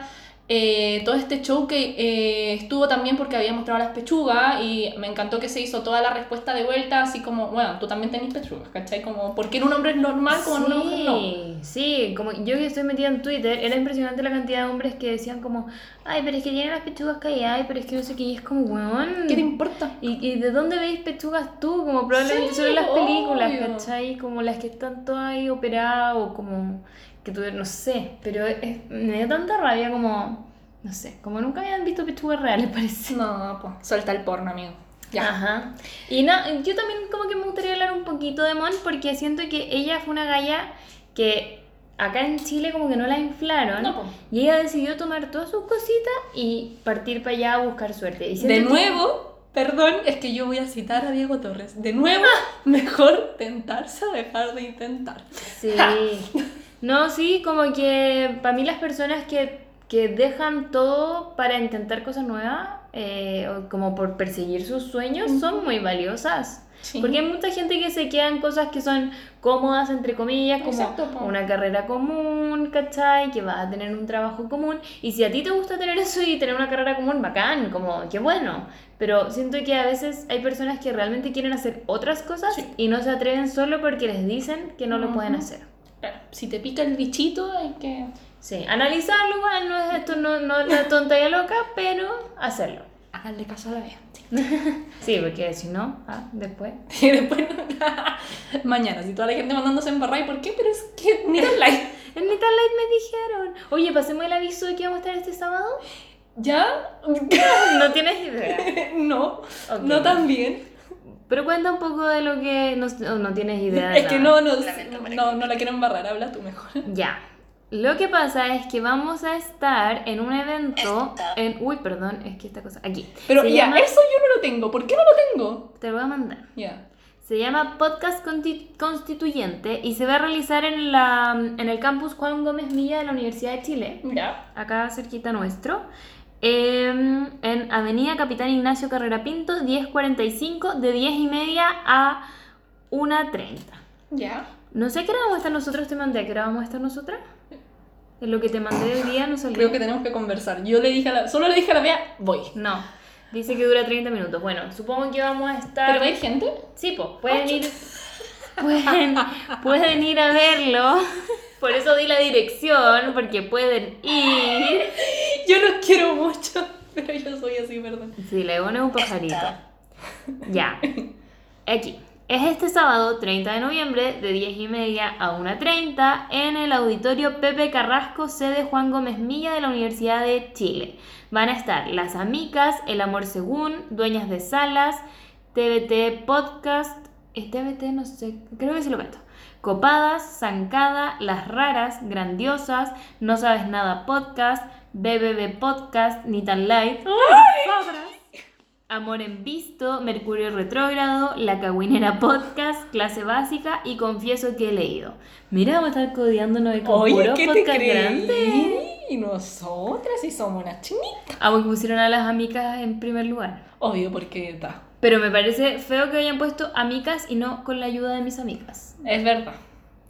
S3: eh, todo este show que eh, estuvo también porque había mostrado las pechugas y me encantó que se hizo toda la respuesta de vuelta, así como, bueno, tú también tenés pechugas, ¿cachai? Como, porque en un hombre es normal, como en una mujer no.
S2: Sí, sí, como yo que estoy metida en Twitter, era impresionante la cantidad de hombres que decían como, ay, pero es que tienen las pechugas que hay, pero es que no sé qué, y es como, weón.
S3: ¿Qué te importa?
S2: ¿Y, y de dónde veis pechugas tú? Como probablemente
S3: Sí,
S2: solo en las películas,
S3: obvio.
S2: ¿cachai? Como las que están todas ahí operadas o como que tuvieron, no sé, pero es- me dio tanta rabia como, no sé, como nunca habían visto pechugas reales, [LAUGHS] parece.
S3: No, pues, suelta el porno, amigo. Ya.
S2: Ajá. Y na- yo también como que me gustaría hablar un poquito de Mon porque siento que ella fue una galla que acá en Chile como que no la inflaron.
S3: Ah, No, po.
S2: Y ella decidió tomar todas sus cositas y partir para allá a buscar suerte. Y siento
S3: De
S2: que-
S3: nuevo, perdón, es que yo voy a citar a Diego Torres. De nuevo, mejor tentarse a dejar de intentar.
S2: Sí. No, sí, como que para mí las personas que, que dejan todo para intentar cosas nuevas, eh, o como por perseguir sus sueños, son muy valiosas. Porque hay mucha gente que se queda en cosas que son cómodas, entre comillas, como
S3: Exacto, po.
S2: una carrera común, ¿cachai? Que vas a tener un trabajo común. Y si a ti te gusta tener [LAUGHS] eso y tener una carrera común, bacán, como, qué bueno. Pero siento que a veces hay personas que realmente quieren hacer otras cosas
S3: Sí.
S2: y no se atreven solo porque les dicen que no lo pueden
S3: Ujú.
S2: hacer.
S3: Claro, si te pica el bichito, hay que.
S2: Sí, analizarlo igual, no es esto, no, no es la tontería loca, pero hacerlo.
S3: Háganle caso a la vea. sí.
S2: Sí, porque si no, ah, después.
S3: [LAUGHS] Y después, mañana, si toda la gente mandándose embarrar, ¿y por qué? Pero es que ni el [LAUGHS] like.
S2: En Metal Light me dijeron, oye, pasemos el aviso de que vamos a estar este sábado.
S3: ¿Ya? [LAUGHS]
S2: No tienes idea.
S3: no,
S2: Ok.
S3: no tan bien.
S2: Pero cuenta un poco de lo que no, no- no tienes idea. de
S3: es que
S2: nada.
S3: no, no, no, no la quiero embarrar, habla tú mejor.
S2: Ya. Lo que pasa es que vamos a estar en un evento en... Uy, perdón, es que esta cosa... Aquí.
S3: Pero
S2: Se
S3: ya,
S2: llama-
S3: eso yo no lo tengo. ¿Por qué no lo tengo?
S2: Te lo voy a mandar.
S3: Ya.
S2: Se llama Podcast Conti- Constituyente y se va a realizar en, la, en el campus Juan Gómez Milla de la Universidad de Chile,
S3: Ya.
S2: acá cerquita nuestro, eh, en Avenida Capitán Ignacio Carrera Pinto, 1045, de 10 y media a 1.30.
S3: Ya.
S2: No sé a qué hora vamos a estar nosotros, te mandé, ¿a qué hora vamos a estar nosotras? En lo que te mandé hoy día no salió.
S3: Creo que tenemos que conversar. Yo le dije a la... Solo le dije a la Bea, voy.
S2: No, dice que dura 30 minutos. Bueno, supongo que vamos a estar...
S3: ¿Pero va a ir gente?
S2: Sí, pues, pueden ir. Pueden, pueden ir a verlo. Por eso di la dirección, porque pueden ir.
S3: [LAUGHS] Yo los quiero mucho, [LAUGHS] pero yo soy así, perdón.
S2: Sí, la Ivonne es un pajarito. Ya. Aquí. Es este sábado, 30 de noviembre, de 10 y media a 1.30, en el auditorio Pepe Carrasco, sede Juan Gómez Milla de la Universidad de Chile. Van a estar Las Amicas, El Amor Según, Dueñas de Salas, TBT Podcast, eh, TBT no sé, creo que sí lo meto. Copadas, Zancada, Las Raras, Grandiosas, No Sabes Nada Podcast, BBB Podcast, Ni Tan Light, Amor en Visto, Mercurio Retrógrado, La Cagüinera Podcast, Clase Básica y Confieso que he leído. Mira, vamos a estar codiándonos de con
S3: Oye,
S2: puros
S3: ¿qué te
S2: podcast
S3: crees?
S2: grandes. Ah,
S3: Y nosotras sí somos unas chinitas.
S2: Aunque pusieron a las amigas en primer lugar.
S3: Obvio, porque está.
S2: Pero me parece feo que hayan puesto amigas y no con la ayuda de mis amigas.
S3: Es verdad.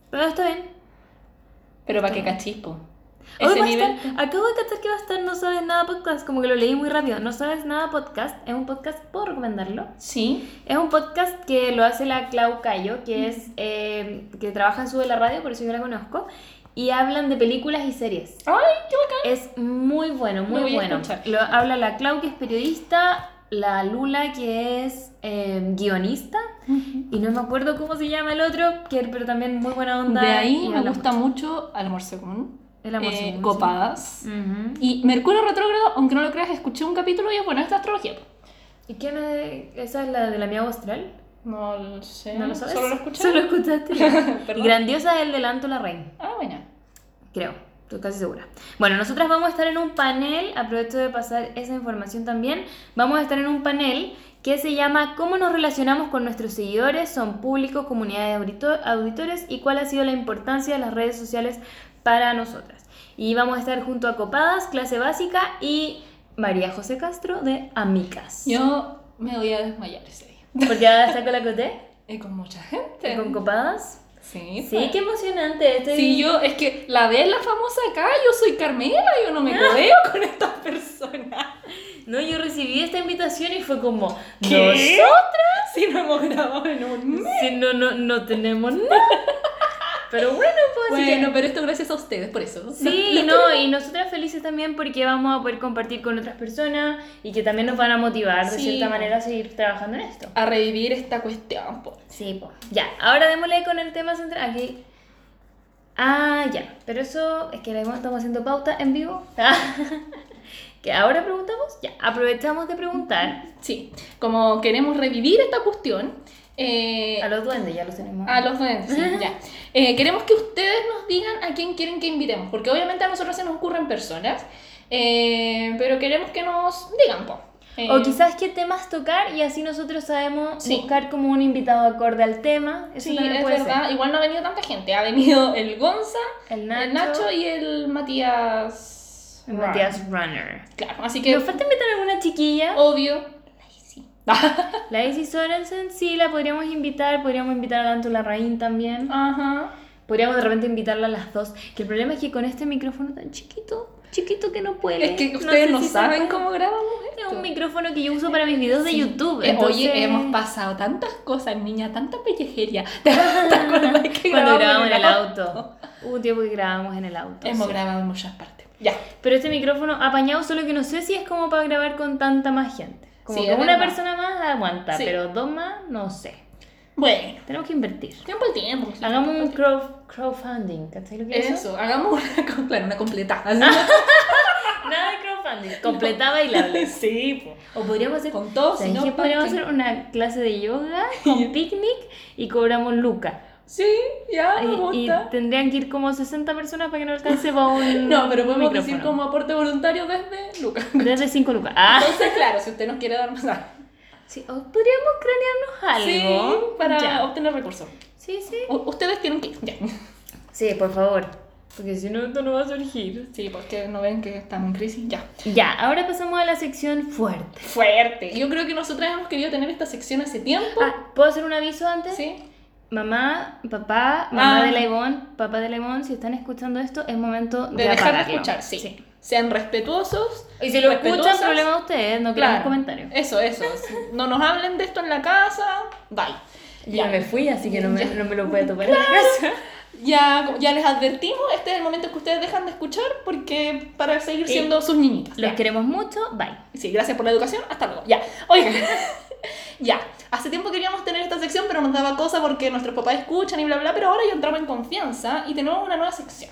S2: Pero está bien.
S3: Pero para qué cachispo.
S2: Hoy
S3: Ese
S2: va a
S3: nivel.
S2: estar- acabo de cachar que va a estar No Sabes Nada Podcast, como que lo leí muy rápido. No Sabes Nada Podcast es un podcast, ¿puedo recomendarlo?
S3: Sí.
S2: Es un podcast que lo hace la Clau Cayo, que es eh, que trabaja en Sube la Radio, por eso yo la conozco, y hablan de películas y series.
S3: Ay, qué
S2: Es muy bueno, muy
S3: Ah. Lo voy a
S2: bueno.
S3: escuchar.
S2: Lo habla la Clau, que es periodista, la Lula, que es eh, guionista,
S3: bacán.
S2: y no me acuerdo cómo se llama el otro, que, pero también muy buena onda.
S3: De ahí
S2: y
S3: me
S2: habla
S3: gusta
S2: mucho.
S3: mucho Almuerzo Común.
S2: El amor
S3: eh,
S2: según, sí. Mm.
S3: Copadas.
S2: Ujú.
S3: Y Mercurio Retrógrado, aunque no lo creas, escuché un capítulo y es bueno esta astrología.
S2: ¿Y quién es? ¿Esa es la de la mía austral?
S3: No lo sé.
S2: ¿No lo sabes?
S3: Mm, Solo lo escuché.
S2: Solo escuchaste. y
S3: [LAUGHS] Perdón.
S2: grandiosa el delanto la reina.
S3: Ah, bueno.
S2: Creo, estoy casi segura. Bueno, nosotras vamos a estar en un panel, aprovecho de pasar esa información también, vamos a estar en un panel que se llama ¿Cómo nos relacionamos con nuestros seguidores? Son públicos, comunidades de audito- auditores y cuál ha sido la importancia de las redes sociales para nosotras. Y vamos a estar junto a Copadas, Clase Básica y María José Castro de Amicas.
S3: Yo me voy a desmayar ese día.
S2: Porque ahora está con
S3: [LAUGHS]
S2: la Coté,
S3: Y con mucha gente.
S2: con Copadas.
S3: Sí. pues.
S2: Sí, qué emocionante. este Estoy...
S3: Sí, yo, es que la de la famosa acá, yo soy Carmela, yo no me
S2: Ah.
S3: codeo con estas personas.
S2: No, yo recibí esta invitación y fue como...
S3: ¿Qué?
S2: "Nosotras
S3: Si no hemos grabado en un mes.
S2: Sí, no, no, no tenemos nada. Pero bueno, pues así que-
S3: Bueno, pero esto gracias a ustedes, por eso.
S2: Sí, no, y nosotras felices también porque vamos a poder compartir con otras personas y que también nos van a motivar de
S3: Sí.
S2: cierta manera a seguir trabajando en esto.
S3: A revivir esta cuestión, po.
S2: Sí, pues. Ya, ahora démosle con el tema central. Aquí. Ah, ya. Pero eso es que ahora mismo estamos haciendo pauta en vivo. [LAUGHS] que ahora preguntamos. Ya, aprovechamos de preguntar
S3: Sí, como queremos revivir esta cuestión, eh,
S2: a los duendes, ya los tenemos.
S3: a los duendes, sí, ya. Eh, queremos que ustedes nos digan a quién quieren que invitemos, porque obviamente a nosotros se nos ocurren personas, eh, pero queremos que nos digan, po. Eh,
S2: O quizás qué temas tocar y así nosotros sabemos
S3: Sí.
S2: buscar como un invitado acorde al tema. Eso
S3: Sí,
S2: también
S3: es
S2: puede
S3: verdad. Igual no ha venido tanta gente. Ha venido el Gonza,
S2: ser. El Nacho,
S3: el Nacho y el Matías.
S2: el Matías Runner.
S3: Claro, así que Oh.
S2: Nos falta invitar a alguna chiquilla.
S3: obvio. [LAUGHS] Sí.
S2: La Izzy Sorensen, sí, la podríamos invitar. Podríamos invitar a la Antula Larraín
S3: Ah.
S2: también.
S3: Ajá.
S2: Podríamos de repente invitarla a las dos. Que el problema es que con este micrófono tan chiquito, chiquito que no puede.
S3: Es que ustedes no,
S2: sé si se
S3: saben
S2: puede.
S3: cómo grabamos esto.
S2: Es un micrófono que yo uso para mis videos de
S3: Sí.
S2: YouTube.
S3: Eh,
S2: entonces-
S3: Oye, hemos pasado tantas cosas, niña, tanta pellejería. [LAUGHS] ¿Te acuerdas que
S2: Cuando grabamos en el auto. Uh, tiempo que grabamos en el auto.
S3: Hemos
S2: sí.
S3: grabado en muchas partes. Ya.
S2: Pero este micrófono apañado, solo que no sé si es como para grabar con tanta más gente. Como
S3: Sí,
S2: que
S3: es
S2: una
S3: verdad.
S2: persona más aguanta,
S3: Sí.
S2: pero dos más, no sé.
S3: Bueno,
S2: Tenemos que invertir.
S3: tiempo al tiempo. sí.
S2: Hagamos un crow- crowdfunding, ¿cachai lo que es eso?
S3: Eso, hagamos una, [LAUGHS] co- claro, una completa.
S2: Ah.
S3: así.
S2: [LAUGHS] Nada de crowdfunding, completa bailable.
S3: [LAUGHS] sí, po.
S2: O podríamos hacer,
S3: con todo,
S2: ¿sabes
S3: si no,
S2: qué?
S3: ¿pa'
S2: Podríamos
S3: qué?
S2: hacer una clase de
S3: [LAUGHS]
S2: yoga con picnic y cobramos lucas.
S3: Sí, ya, Ah, me
S2: Eh, Y, y
S3: gusta.
S2: tendrían que ir como 60 personas para que no alcance para
S3: [LAUGHS]
S2: un
S3: No, pero podemos
S2: micrófono.
S3: decir como aporte voluntario desde Lucas.
S2: Desde 5 lucas. Ah,
S3: [LAUGHS] Entonces, claro, si usted nos quiere dar más
S2: sí, o podríamos cranearnos algo.
S3: Sí, para
S2: Ya.
S3: obtener recursos.
S2: Sí, sí.
S3: U- ustedes tienen que ir. Ya.
S2: Sí, por favor. Porque si no, esto no va a surgir.
S3: Sí, porque no ven que estamos en crisis. Ya.
S2: Ya, ahora pasamos a la sección fuerte.
S3: Fuerte. Yo creo que nosotras hemos querido tener esta sección hace tiempo.
S2: Ah, ¿Puedo hacer un aviso antes?
S3: Uh. Sí.
S2: Mamá, papá, mamá
S3: Ah.
S2: de la Ivonne, papá de la Ivonne, si están escuchando esto, es momento de,
S3: De dejar de
S2: apagarlo.
S3: escuchar, sí. Sean respetuosos.
S2: Y si lo escuchan,
S3: respetuosas.
S2: problema de ustedes, no queremos
S3: Claro.
S2: comentarios.
S3: Eso, eso. Si No nos hablen de esto en la casa. Bye. Ya.
S2: fui, así que no
S3: me-
S2: lo voy a topar en la casa.
S3: Ya, ya les advertimos, este es el momento que ustedes dejan de escuchar porque para seguir
S2: Sí.
S3: siendo sus niñitas.
S2: Los
S3: Ya.
S2: queremos mucho, bye.
S3: Sí, gracias por la educación, hasta luego. Ya, oigan,
S2: [LAUGHS]
S3: ya, hace tiempo queríamos tener esta sección, pero nos daba cosa porque nuestros papás escuchan y bla, bla, pero ahora ya entramos en confianza y tenemos una nueva sección.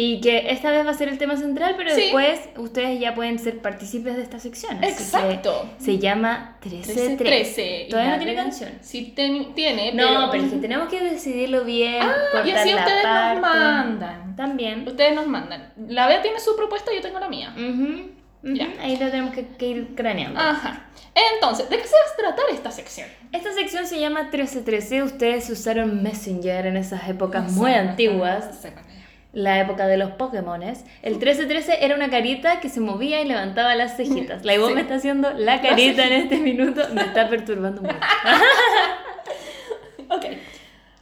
S2: Y que esta vez va a ser el tema central, pero
S3: Sí.
S2: después ustedes ya pueden ser partícipes de esta sección. así que
S3: Exacto.
S2: Se llama 1313.
S3: 13. y
S2: Todavía no
S3: la
S2: tiene
S3: de-
S2: canción.
S3: Sí, ten- tiene,
S2: No, pero es que tenemos que decidirlo bien.
S3: Ah, Y
S2: cortar
S3: así
S2: la
S3: ustedes
S2: parte.
S3: nos mandan.
S2: También.
S3: Ustedes nos mandan. La Bea tiene su propuesta, yo tengo la mía.
S2: Ujú, ujú,
S3: Ya. Ah.
S2: Ahí lo tenemos que, que ir craneando.
S3: Ajá. Entonces, ¿de qué se va a tratar esta sección?
S2: Esta sección se llama 1313. Ustedes usaron Messenger en esas épocas muy
S3: Sí,
S2: antiguas.
S3: sí, sí.
S2: la época de los Pokémones, el 1313 era una carita que se movía y levantaba las
S3: [LAUGHS]
S2: cejitas. La Ivonne
S3: Sí.
S2: me está haciendo la carita en este minuto, me está perturbando mucho.
S3: Ok.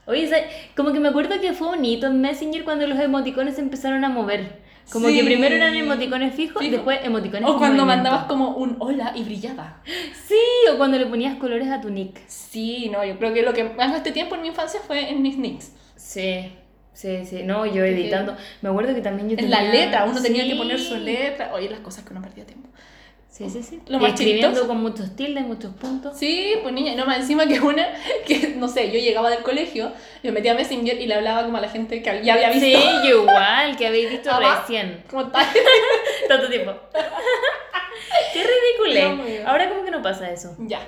S2: Oye, ¿sabes? como que me acuerdo que fue un hito en Messenger cuando los emoticones se empezaron a mover. Como
S3: Sí.
S2: que primero eran emoticones fijos,
S3: Fijo.
S2: después emoticones
S3: O
S2: en
S3: cuando
S2: movimiento.
S3: mandabas como un hola y brillaba.
S2: Sí, o cuando le ponías colores a tu nick.
S3: Sí, no, yo creo que lo que más gasté tiempo en mi infancia fue en mis nicks.
S2: Sí, sí, sí. No, yo editando. Me acuerdo que también yo
S3: En la
S2: tenía-
S3: letra, uno tenía que
S2: Sí.
S3: poner su letra. Oye, las cosas que uno perdía tiempo.
S2: Sí, sí, sí.
S3: Lo
S2: y
S3: más
S2: escribiendo
S3: chistoso.
S2: con muchos tildes, muchos puntos.
S3: Sí, pues niña, no más encima que una que, no sé, yo llegaba del colegio, me metía a Messenger y le hablaba como a la gente que ya había visto.
S2: Sí, yo igual, que habéis visto
S3: Abajo.
S2: recién. [LAUGHS]
S3: Como tal. [LAUGHS]
S2: Tanto tiempo. Qué ridículo.
S3: No, muy bien.
S2: Ahora como que no pasa eso.
S3: Ya.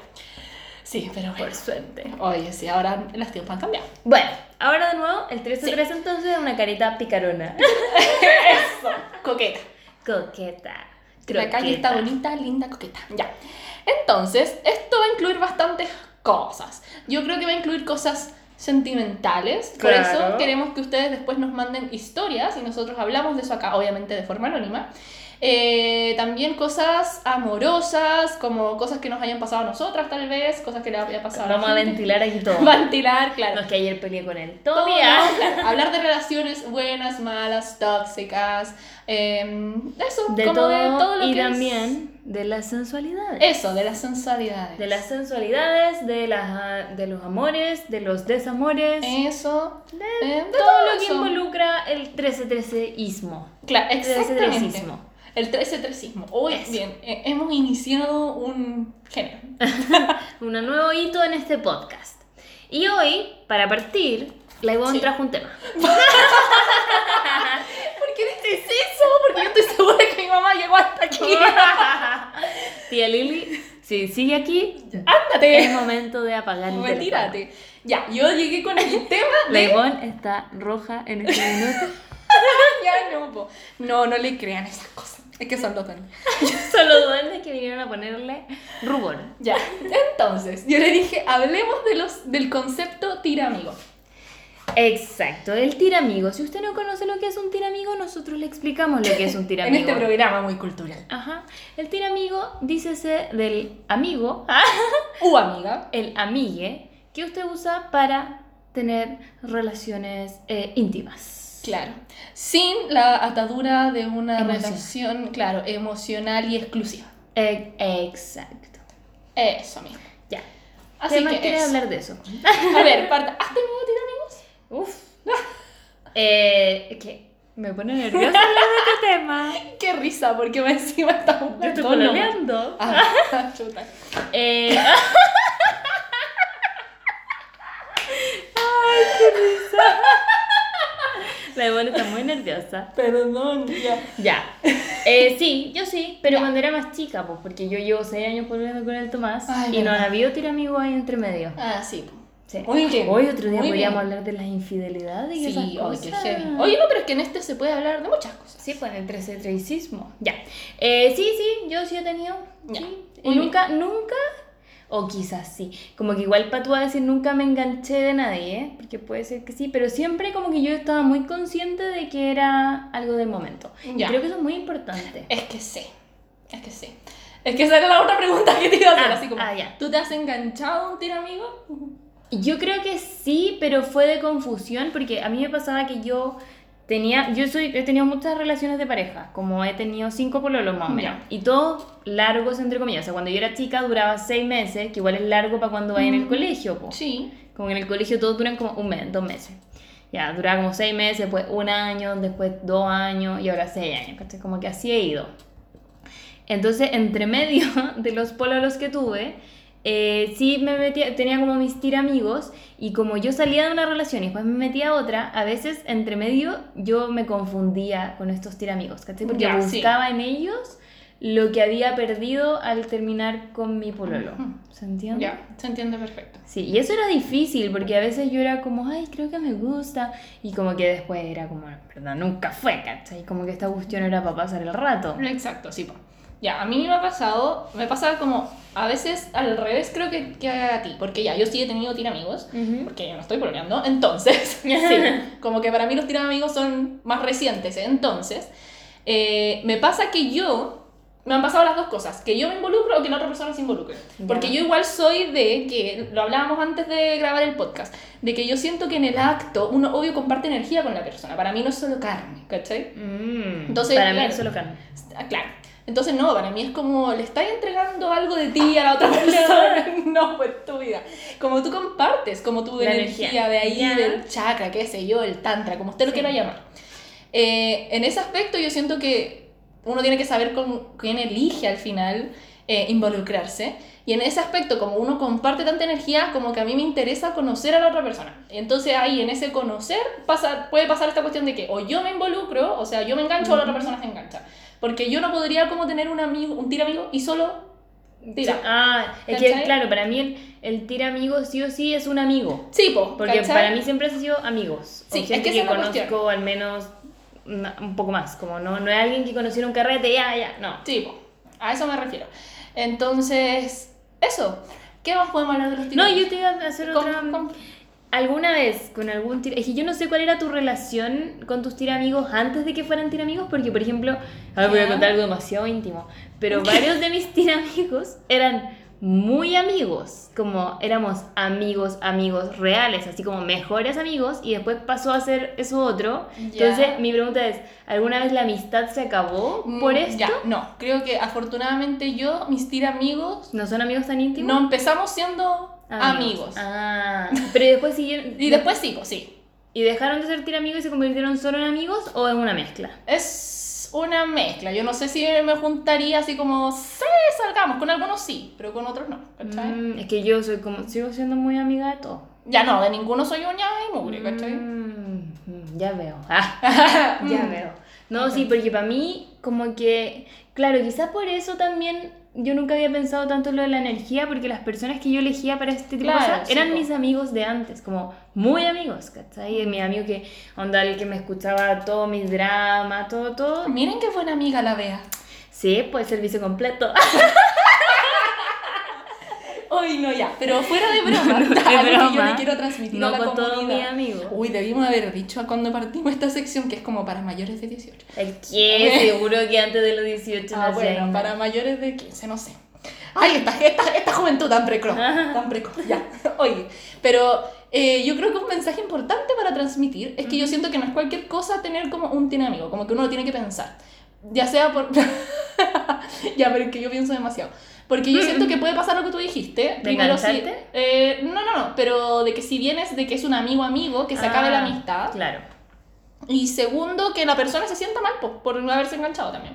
S3: Sí, pero bueno.
S2: Por suerte.
S3: Oye, sí, ahora los tiempos han cambiado.
S2: Bueno, ahora de nuevo, el 303 entonces es una carita
S3: [LAUGHS]
S2: picarona.
S3: Eso, coqueta.
S2: Coqueta.
S3: La calle
S2: croqueta.
S3: está bonita, linda, coqueta. Ya. Entonces, esto va a incluir bastantes cosas. Yo creo que va a incluir cosas sentimentales. Por
S2: Claro.
S3: eso queremos que ustedes después nos manden historias y nosotros hablamos de eso acá, obviamente de forma anónima. Eh, también cosas amorosas, como cosas que nos hayan pasado a nosotras tal vez, cosas que le haya pasado a la
S2: Vamos a
S3: gente.
S2: ventilar aquí todo.
S3: [LAUGHS] Ventilar, claro.
S2: No es que ayer peleé con él.
S3: Todo,
S2: Todavía.
S3: ¿no? Claro, [LAUGHS] hablar de relaciones buenas, malas, tóxicas, em, eso,
S2: De
S3: como
S2: todo,
S3: de todo lo
S2: y
S3: que es- Eh.
S2: también de las sensualidades.
S3: Eso, de las sensualidades.
S2: De las sensualidades, de, las, ah, de los amores, de los desamores.
S3: Eso.
S2: de
S3: eh, de
S2: todo,
S3: todo
S2: lo que
S3: eso.
S2: involucra el 1313-ismo.
S3: Claro,
S2: El
S3: exactamente.
S2: 1313-ismo.
S3: El 13-3ismo. Hoy,
S2: Eso.
S3: bien, eh, hemos iniciado un
S2: [LAUGHS]
S3: género.
S2: Un nuevo hito en este podcast. Y hoy, para partir, la Ivonne
S3: Sí.
S2: trajo un tema.
S3: ¿Por qué dices eso? Porque yo estoy segura que mi mamá llegó hasta
S2: [LAUGHS]
S3: aquí.
S2: Tía Lili, si sigue aquí, es
S3: Ándate.
S2: momento de apagar el teléfono.
S3: Retírate. Ya, yo llegué con
S2: [LAUGHS]
S3: el tema
S2: La
S3: de...
S2: Ivonne está roja en este minuto.
S3: Ya no, po. no, no le crean esas cosas. Es que son los dones.
S2: [LAUGHS] Son los duendes que vinieron a ponerle rubor. [LAUGHS]
S3: Ya, entonces, yo le dije, hablemos de los, del concepto tira amigo.
S2: Exacto, el tiramigo. Si usted no conoce lo que es un tiramigo, nosotros le explicamos lo que [LAUGHS] es un
S3: En
S2: tiramigo.
S3: este programa muy cultural.
S2: Ajá. El tiramigo, dícese del amigo,
S3: U amiga.
S2: el amigue, que usted usa para tener relaciones eh, íntimas.
S3: Claro. Sin la atadura de una
S2: Emocional.
S3: relación, claro, emocional y exclusiva.
S2: Eh, exacto.
S3: Eso mismo.
S2: Ya.
S3: Así
S2: más
S3: que
S2: quiere
S3: eso.
S2: hablar de eso?
S3: A ver, parta. ¿Has tenido tira amigos?
S2: Uf. eh, es que me pone nerviosa hablar de este tema.
S3: [LAUGHS] Qué risa, porque me encima está un
S2: Yo estoy
S3: tono.
S2: pololeando.
S3: Ah, [LAUGHS] chuta. [LAUGHS]
S2: Eh, La Ivonne está muy nerviosa.
S3: Perdón, ya.
S2: Ya. Eh, sí, yo sí, pero cuando era más chica, pues, porque yo llevo 6 años volviendo con el Tomás
S3: Ay,
S2: y no
S3: verdad.
S2: han habido tiramigo ahí entre medio.
S3: Ah, sí.
S2: Sí.
S3: Muy bien.
S2: Hoy otro día
S3: Muy bien.
S2: podríamos hablar de las infidelidades y esas
S3: Sí, oye, qué
S2: cosas.
S3: heavy. Oye, no, pero es que en este se puede hablar de muchas cosas.
S2: Sí, pues en el 13 Ya. Eh, sí, sí, yo sí he tenido.
S3: Ya.
S2: sí. Y
S3: Muy bien.
S2: nunca, nunca, o quizás sí. Como que igual para tú vas a decir nunca me enganché de nadie, ¿eh? Porque puede ser que sí, pero siempre como que yo estaba muy consciente de que era algo del momento. Y
S3: Ya.
S2: creo que eso es muy importante.
S3: Es que sí, es que sí. Es que esa era la otra pregunta que te iba a hacer,
S2: Ah,
S3: así como,
S2: ah, ya.
S3: ¿tú te has enganchado a un tiramigo?
S2: Yo creo que sí, pero fue de confusión porque a mí me pasaba que yo tenía, yo soy, he tenido muchas relaciones de pareja, como he tenido cinco pololos más o menos,
S3: Ya.
S2: y todos largos entre comillas. O sea, cuando yo era chica duraba seis meses, que igual es largo para cuando vaya en el
S3: Mm.
S2: colegio, po.
S3: Sí.
S2: como en el colegio todos duran como un mes, dos meses. Ya, duraba como seis meses, después un año, después dos años y ahora seis años, ¿cachai? Como que así he ido. Entonces, entre medio [LAUGHS] de los pololos que tuve, eh, sí me metía, tenía como mis tiramigos y como yo salía de una relación y después me metía a otra, a veces entre medio yo me confundía con estos tiramigos, ¿cachai? Porque
S3: Ya, sí.
S2: buscaba en ellos lo que había perdido al terminar con mi pololo.
S3: Ujú.
S2: ¿Se entiende?
S3: Ya, se entiende perfecto.
S2: Sí, y eso era difícil porque a veces yo era como, ay, creo que me gusta. Y como "Ah, que después era como, perdón, nunca fue, ¿cachai? Como que esta cuestión era para pasar el rato.
S3: Exacto, sí, po. Ya, a mí me ha pasado, me pasa como, a veces al revés creo que, que a ti, porque ya, yo sí he tenido tiramigos,
S2: Ujú.
S3: porque yo no estoy pololeando, entonces, [LAUGHS]
S2: [LAUGHS]
S3: sí, como que para mí los tiramigos son más recientes, ¿eh? entonces, eh, me pasa que yo, me han pasado las dos cosas, que yo me involucro o que la otra persona se involucre, porque
S2: Ya.
S3: yo igual soy de, que lo hablábamos antes de grabar el podcast, de que yo siento que en el acto uno obvio comparte energía con la persona, para mí no es solo carne, ¿cachai?
S2: Mm,
S3: Entonces,
S2: para mí
S3: claro.
S2: es solo carne.
S3: Ah, Claro. Entonces, no, para mí es como le estás entregando algo de ti a la
S2: [LAUGHS]
S3: otra persona. [LAUGHS] No, pues tu vida. Como tú compartes, como tu
S2: La
S3: energía,
S2: energía.
S3: de ahí,
S2: Ya.
S3: del chakra, qué sé yo, el tantra, como usted lo
S2: Sí.
S3: quiera llamar. Eh, en ese aspecto, yo siento que uno tiene que saber con quién elige al final eh, involucrarse. Y en ese aspecto, como uno comparte tanta energía, como que a mí me interesa conocer a la otra persona. Entonces ahí, en ese conocer, pasa, puede pasar esta cuestión de que o yo me involucro, o sea, yo me engancho o la otra persona se engancha. Porque yo no podría como tener un amigo, un tiramigo y solo... Tira.
S2: Sí, Ah, es que
S3: ¿Cachai?
S2: claro, para mí el, el tira amigo sí o sí es un amigo.
S3: Sí, po,
S2: Porque
S3: ¿cachai?
S2: para mí siempre han sido amigos. O
S3: Sí, es
S2: gente
S3: que esa es la
S2: conozco
S3: cuestión.
S2: al menos una- un poco más. Como no, no es alguien que conociera un carrete, ya, ya. No.
S3: Sí, po, a eso me refiero. Entonces, eso. ¿Qué más podemos hablar de los
S2: No,
S3: tiramigos?
S2: yo te iba a hacer
S3: Com-
S2: otra.
S3: com-
S2: ¿Alguna vez con algún tira... Es que yo no sé cuál era tu relación con tus tiramigos antes de que fueran tiramigos, porque por ejemplo, a ver, voy a
S3: Ya.
S2: contar algo demasiado íntimo,
S3: [LAUGHS]
S2: pero varios de mis tiramigos eran muy amigos, como éramos amigos, amigos reales, así como mejores amigos, y después pasó a ser eso otro.
S3: Ya.
S2: Entonces mi pregunta es, ¿alguna vez la amistad se acabó
S3: Mm,
S2: por esto?
S3: Ya, no. Creo que afortunadamente yo, mis tiramigos,
S2: ¿No son amigos tan íntimos?
S3: no empezamos siendo amigos.
S2: Ah, pero después siguieron...
S3: Y después sí, po, sí.
S2: ¿Y dejaron de ser tiramigos y se convirtieron solo en amigos o en una mezcla?
S3: Es una mezcla. Yo no sé si me juntaría así como, sí, salgamos. Con algunos sí, pero con otros no. ¿cachai?
S2: Mm, es que yo soy como, sigo siendo muy amiga de todo.
S3: Ya no, de ninguno soy uña y mugre, ¿cachai?
S2: Mm, mm, ya veo. [LAUGHS] Ah,
S3: [LAUGHS]
S2: ya veo. No, sí, porque para mí, como que, claro, quizás por eso también yo nunca había pensado tanto en lo de la energía, porque las personas que yo elegía para este tipo de
S3: Claro,
S2: cosas
S3: sí,
S2: eran
S3: po. Mm.
S2: mis amigos de antes, como muy amigos, ¿cachai? Mi amigo que, onda, el que me escuchaba todo mis dramas, todo, todo.
S3: Oh, Miren qué buena amiga la Bea.
S2: Sí, pues
S3: [LAUGHS]
S2: servicio completo.
S3: Ay, no, ya. Pero fuera
S2: [LAUGHS]
S3: de broma,
S2: De
S3: algo que yo
S2: broma.
S3: le quiero transmitir
S2: No
S3: a la
S2: con todos mis
S3: comunidad.
S2: amigos.
S3: Uy, debimos haber dicho cuando partimos esta sección que es como para mayores de 18.
S2: ¿El qué? Seguro que antes de los 18
S3: Ah,
S2: no
S3: bueno, para mayores de 15, no sé. Ay, esta, esta, esta juventud tan precoz, tan precoz, ya. [LAUGHS] Oye, pero eh, yo creo que un mensaje importante para transmitir es que yo siento que no es cualquier cosa tener como un tiene amigo, como que uno lo tiene que pensar. Ya sea por... [LAUGHS] ya, pero es que yo pienso demasiado. Porque yo siento que puede pasar lo que tú dijiste. si-
S2: enganchaste?
S3: eh, no, no, no, pero de que si vienes de que es un amigo amigo, que se acabe la amistad.
S2: Ah, Claro.
S3: Y segundo, que la persona se sienta mal po, por no haberse enganchado también.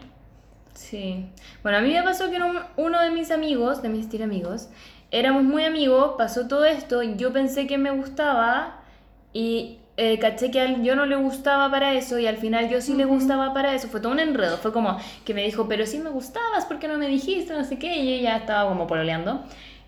S2: Sí. Bueno, a mí me pasó que en un- uno de mis amigos, de mis tiramigos, éramos muy amigos, pasó todo esto, yo pensé que me gustaba y eh, caché que a él yo no le gustaba para eso y al final yo sí le gustaba para eso. Fue todo un enredo, fue como que me dijo, pero sí me gustabas, ¿por qué no me dijiste? No sé qué, y yo ya estaba como pololeando.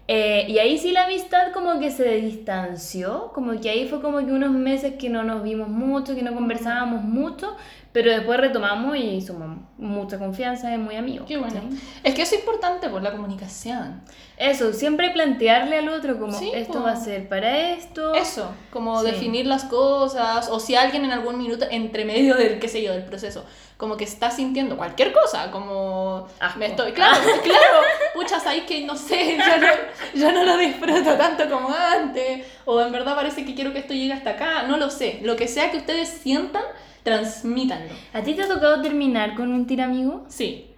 S2: Eh, y ahí sí la amistad como que se distanció, como que ahí fue como que unos meses que no nos vimos mucho, que no conversábamos mucho, pero después retomamos y sumamos mucha confianza, es muy amigo.
S3: Qué bueno.
S2: ¿cachai?
S3: Es que eso es importante por la comunicación.
S2: Eso, siempre plantearle al otro como
S3: Sí,
S2: esto
S3: po.
S2: va a ser para esto.
S3: Eso, como
S2: Oh, Sí.
S3: definir las cosas, o si alguien en algún minuto, entre medio del, qué sé yo, del proceso, como que está sintiendo cualquier cosa, como "Ah,
S2: Asco.
S3: me estoy, claro, [LAUGHS] claro, pucha, sabéis que no sé, ya no, ya no lo disfruto tanto como antes, o en verdad parece que quiero que esto llegue hasta acá, no lo sé, lo que sea que ustedes sientan, transmítanlo.
S2: ¿A ti te ha tocado terminar con un tiramigo?
S3: Sí,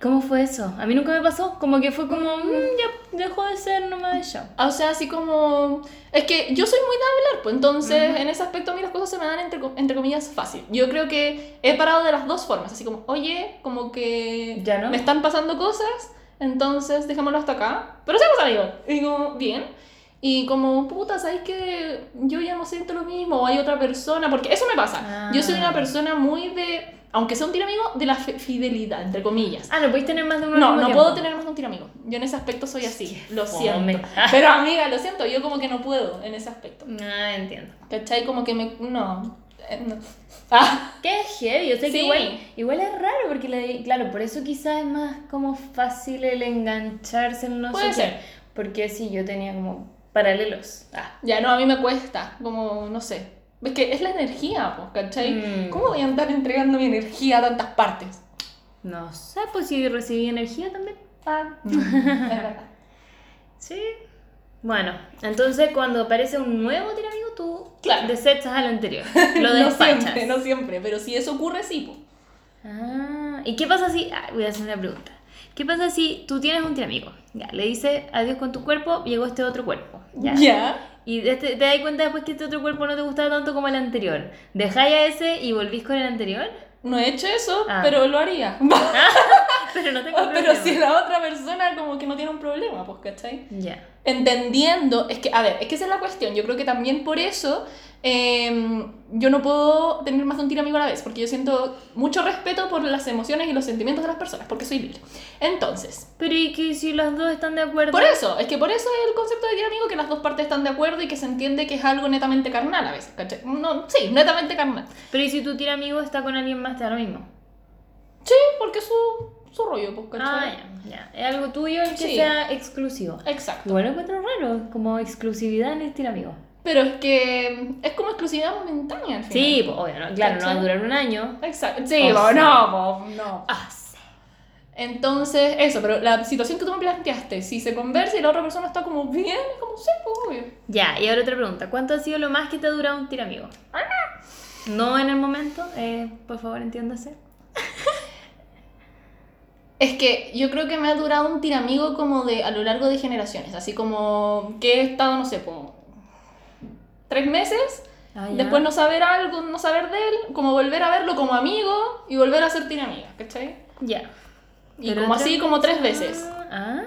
S2: ¿Cómo fue eso? A mí nunca me pasó, como que fue como, "Mm, ya dejó de ser nomás yo.
S3: O sea, así como... Es que yo soy muy de hablar, pues entonces en ese aspecto a mí las cosas se me dan entre, co- entre comillas fácil. Yo creo que he parado de las dos formas, así como, oye, como que
S2: Ya no.
S3: me están pasando cosas, entonces dejémoslo hasta acá. Pero seamos amigos. Y como, bien. Y como, puta, ¿sabes que yo ya no siento lo mismo? O hay otra persona, porque eso me pasa.
S2: Ah.
S3: Yo soy una persona muy de, aunque sea un tiro amigo, de la fi- fidelidad, entre comillas.
S2: Ah, no podéis tener más de uno. al
S3: No,
S2: mismo
S3: no
S2: tiempo?
S3: puedo tener más de un tiramigo. Yo en ese aspecto soy así. Lo
S2: fome. [LAUGHS]
S3: siento. Pero amiga, lo siento. Yo como que no puedo en ese aspecto.
S2: Ah, entiendo.
S3: ¿Cachai? Como que me... No. Eh, no. Ah.
S2: Qué heavy, o sea que
S3: Sí.
S2: igual, igual es raro porque, la- claro, por eso quizás es más como fácil el engancharse en no
S3: Puede
S2: sé
S3: ser.
S2: qué. Porque sí, yo tenía como paralelos. Ah,
S3: Ya no, a mí me cuesta, como, no sé. Es que es la energía, pues, ¿cachai?
S2: Mm.
S3: ¿Cómo voy a andar entregando mi energía a tantas partes?
S2: no sé, pues si recibí energía también.
S3: Ah, [LAUGHS] es verdad.
S2: Sí. Bueno, entonces cuando aparece un nuevo tiramigo, tú
S3: Claro.
S2: desechas
S3: [LAUGHS]
S2: al anterior. [LAUGHS] Lo
S3: no
S2: despachas.
S3: siempre, no siempre, pero si eso ocurre, sí, po.
S2: Ah, ¿y qué pasa si.? ah, voy a hacer una pregunta. ¿Qué pasa si tú tienes un tiramigo? Ya, le dices adiós con tu cuerpo, llegó este otro cuerpo. Ya. Y de este- te das cuenta después que este otro cuerpo no te gustaba tanto como el anterior. Dejáis a ese y volvís con el anterior, [LAUGHS]
S3: No he hecho eso,
S2: Ah.
S3: pero lo haría.
S2: pero no te
S3: Ah, [LAUGHS] pero si la otra persona como que no tiene un problema, pues, ¿cachai?
S2: Ya.
S3: entendiendo, es que, a ver, es que esa es la cuestión, yo creo que también por eso em, yo no puedo tener más de un tiramigo a la vez, porque yo siento mucho respeto por las emociones y los sentimientos de las personas, porque soy libre. Entonces,
S2: Pero y que si los dos están de acuerdo.
S3: por eso, es que por eso es el concepto de tiramigo, que las dos partes están de acuerdo y que se entiende que es algo netamente carnal a veces, ¿cachai? No, sí, netamente carnal.
S2: Pero y si tu tiramigo está con alguien más, te da lo mismo.
S3: Sí, porque es su, su rollo, pues, ¿cachai?
S2: Ah, ya, ya. Es algo tuyo el que
S3: Sí.
S2: sea exclusivo.
S3: Exacto.
S2: Igual lo encuentro raro, como exclusividad en el tiramigo.
S3: Pero es que es como exclusividad momentánea al final.
S2: Sí, pues, obvio, ¿no? claro, no va a
S3: ¿Cachai?
S2: durar un año.
S3: Exacto. Sí,
S2: O
S3: po,
S2: sea.
S3: no, po, no.
S2: Ah, sí.
S3: Entonces, eso, pero la situación que tú me planteaste, si se conversa y la otra persona está como bien, es como sí, pues, obvio.
S2: Ya, y ahora otra pregunta. ¿Cuánto ha sido lo más que te ha durado un tiramigo? No en el momento, eh, por favor, entiéndase.
S3: Es que yo creo que me ha durado un tiramigo como de a lo largo de generaciones, así como que he estado, no sé, como tres meses,
S2: Ah, ya.
S3: después no saber algo, no saber de él, como volver a verlo como amigo y volver a ser tiramiga, ¿cachai?
S2: Ya.
S3: Y
S2: Pero
S3: como
S2: otra-
S3: así, como tres veces.
S2: Ah.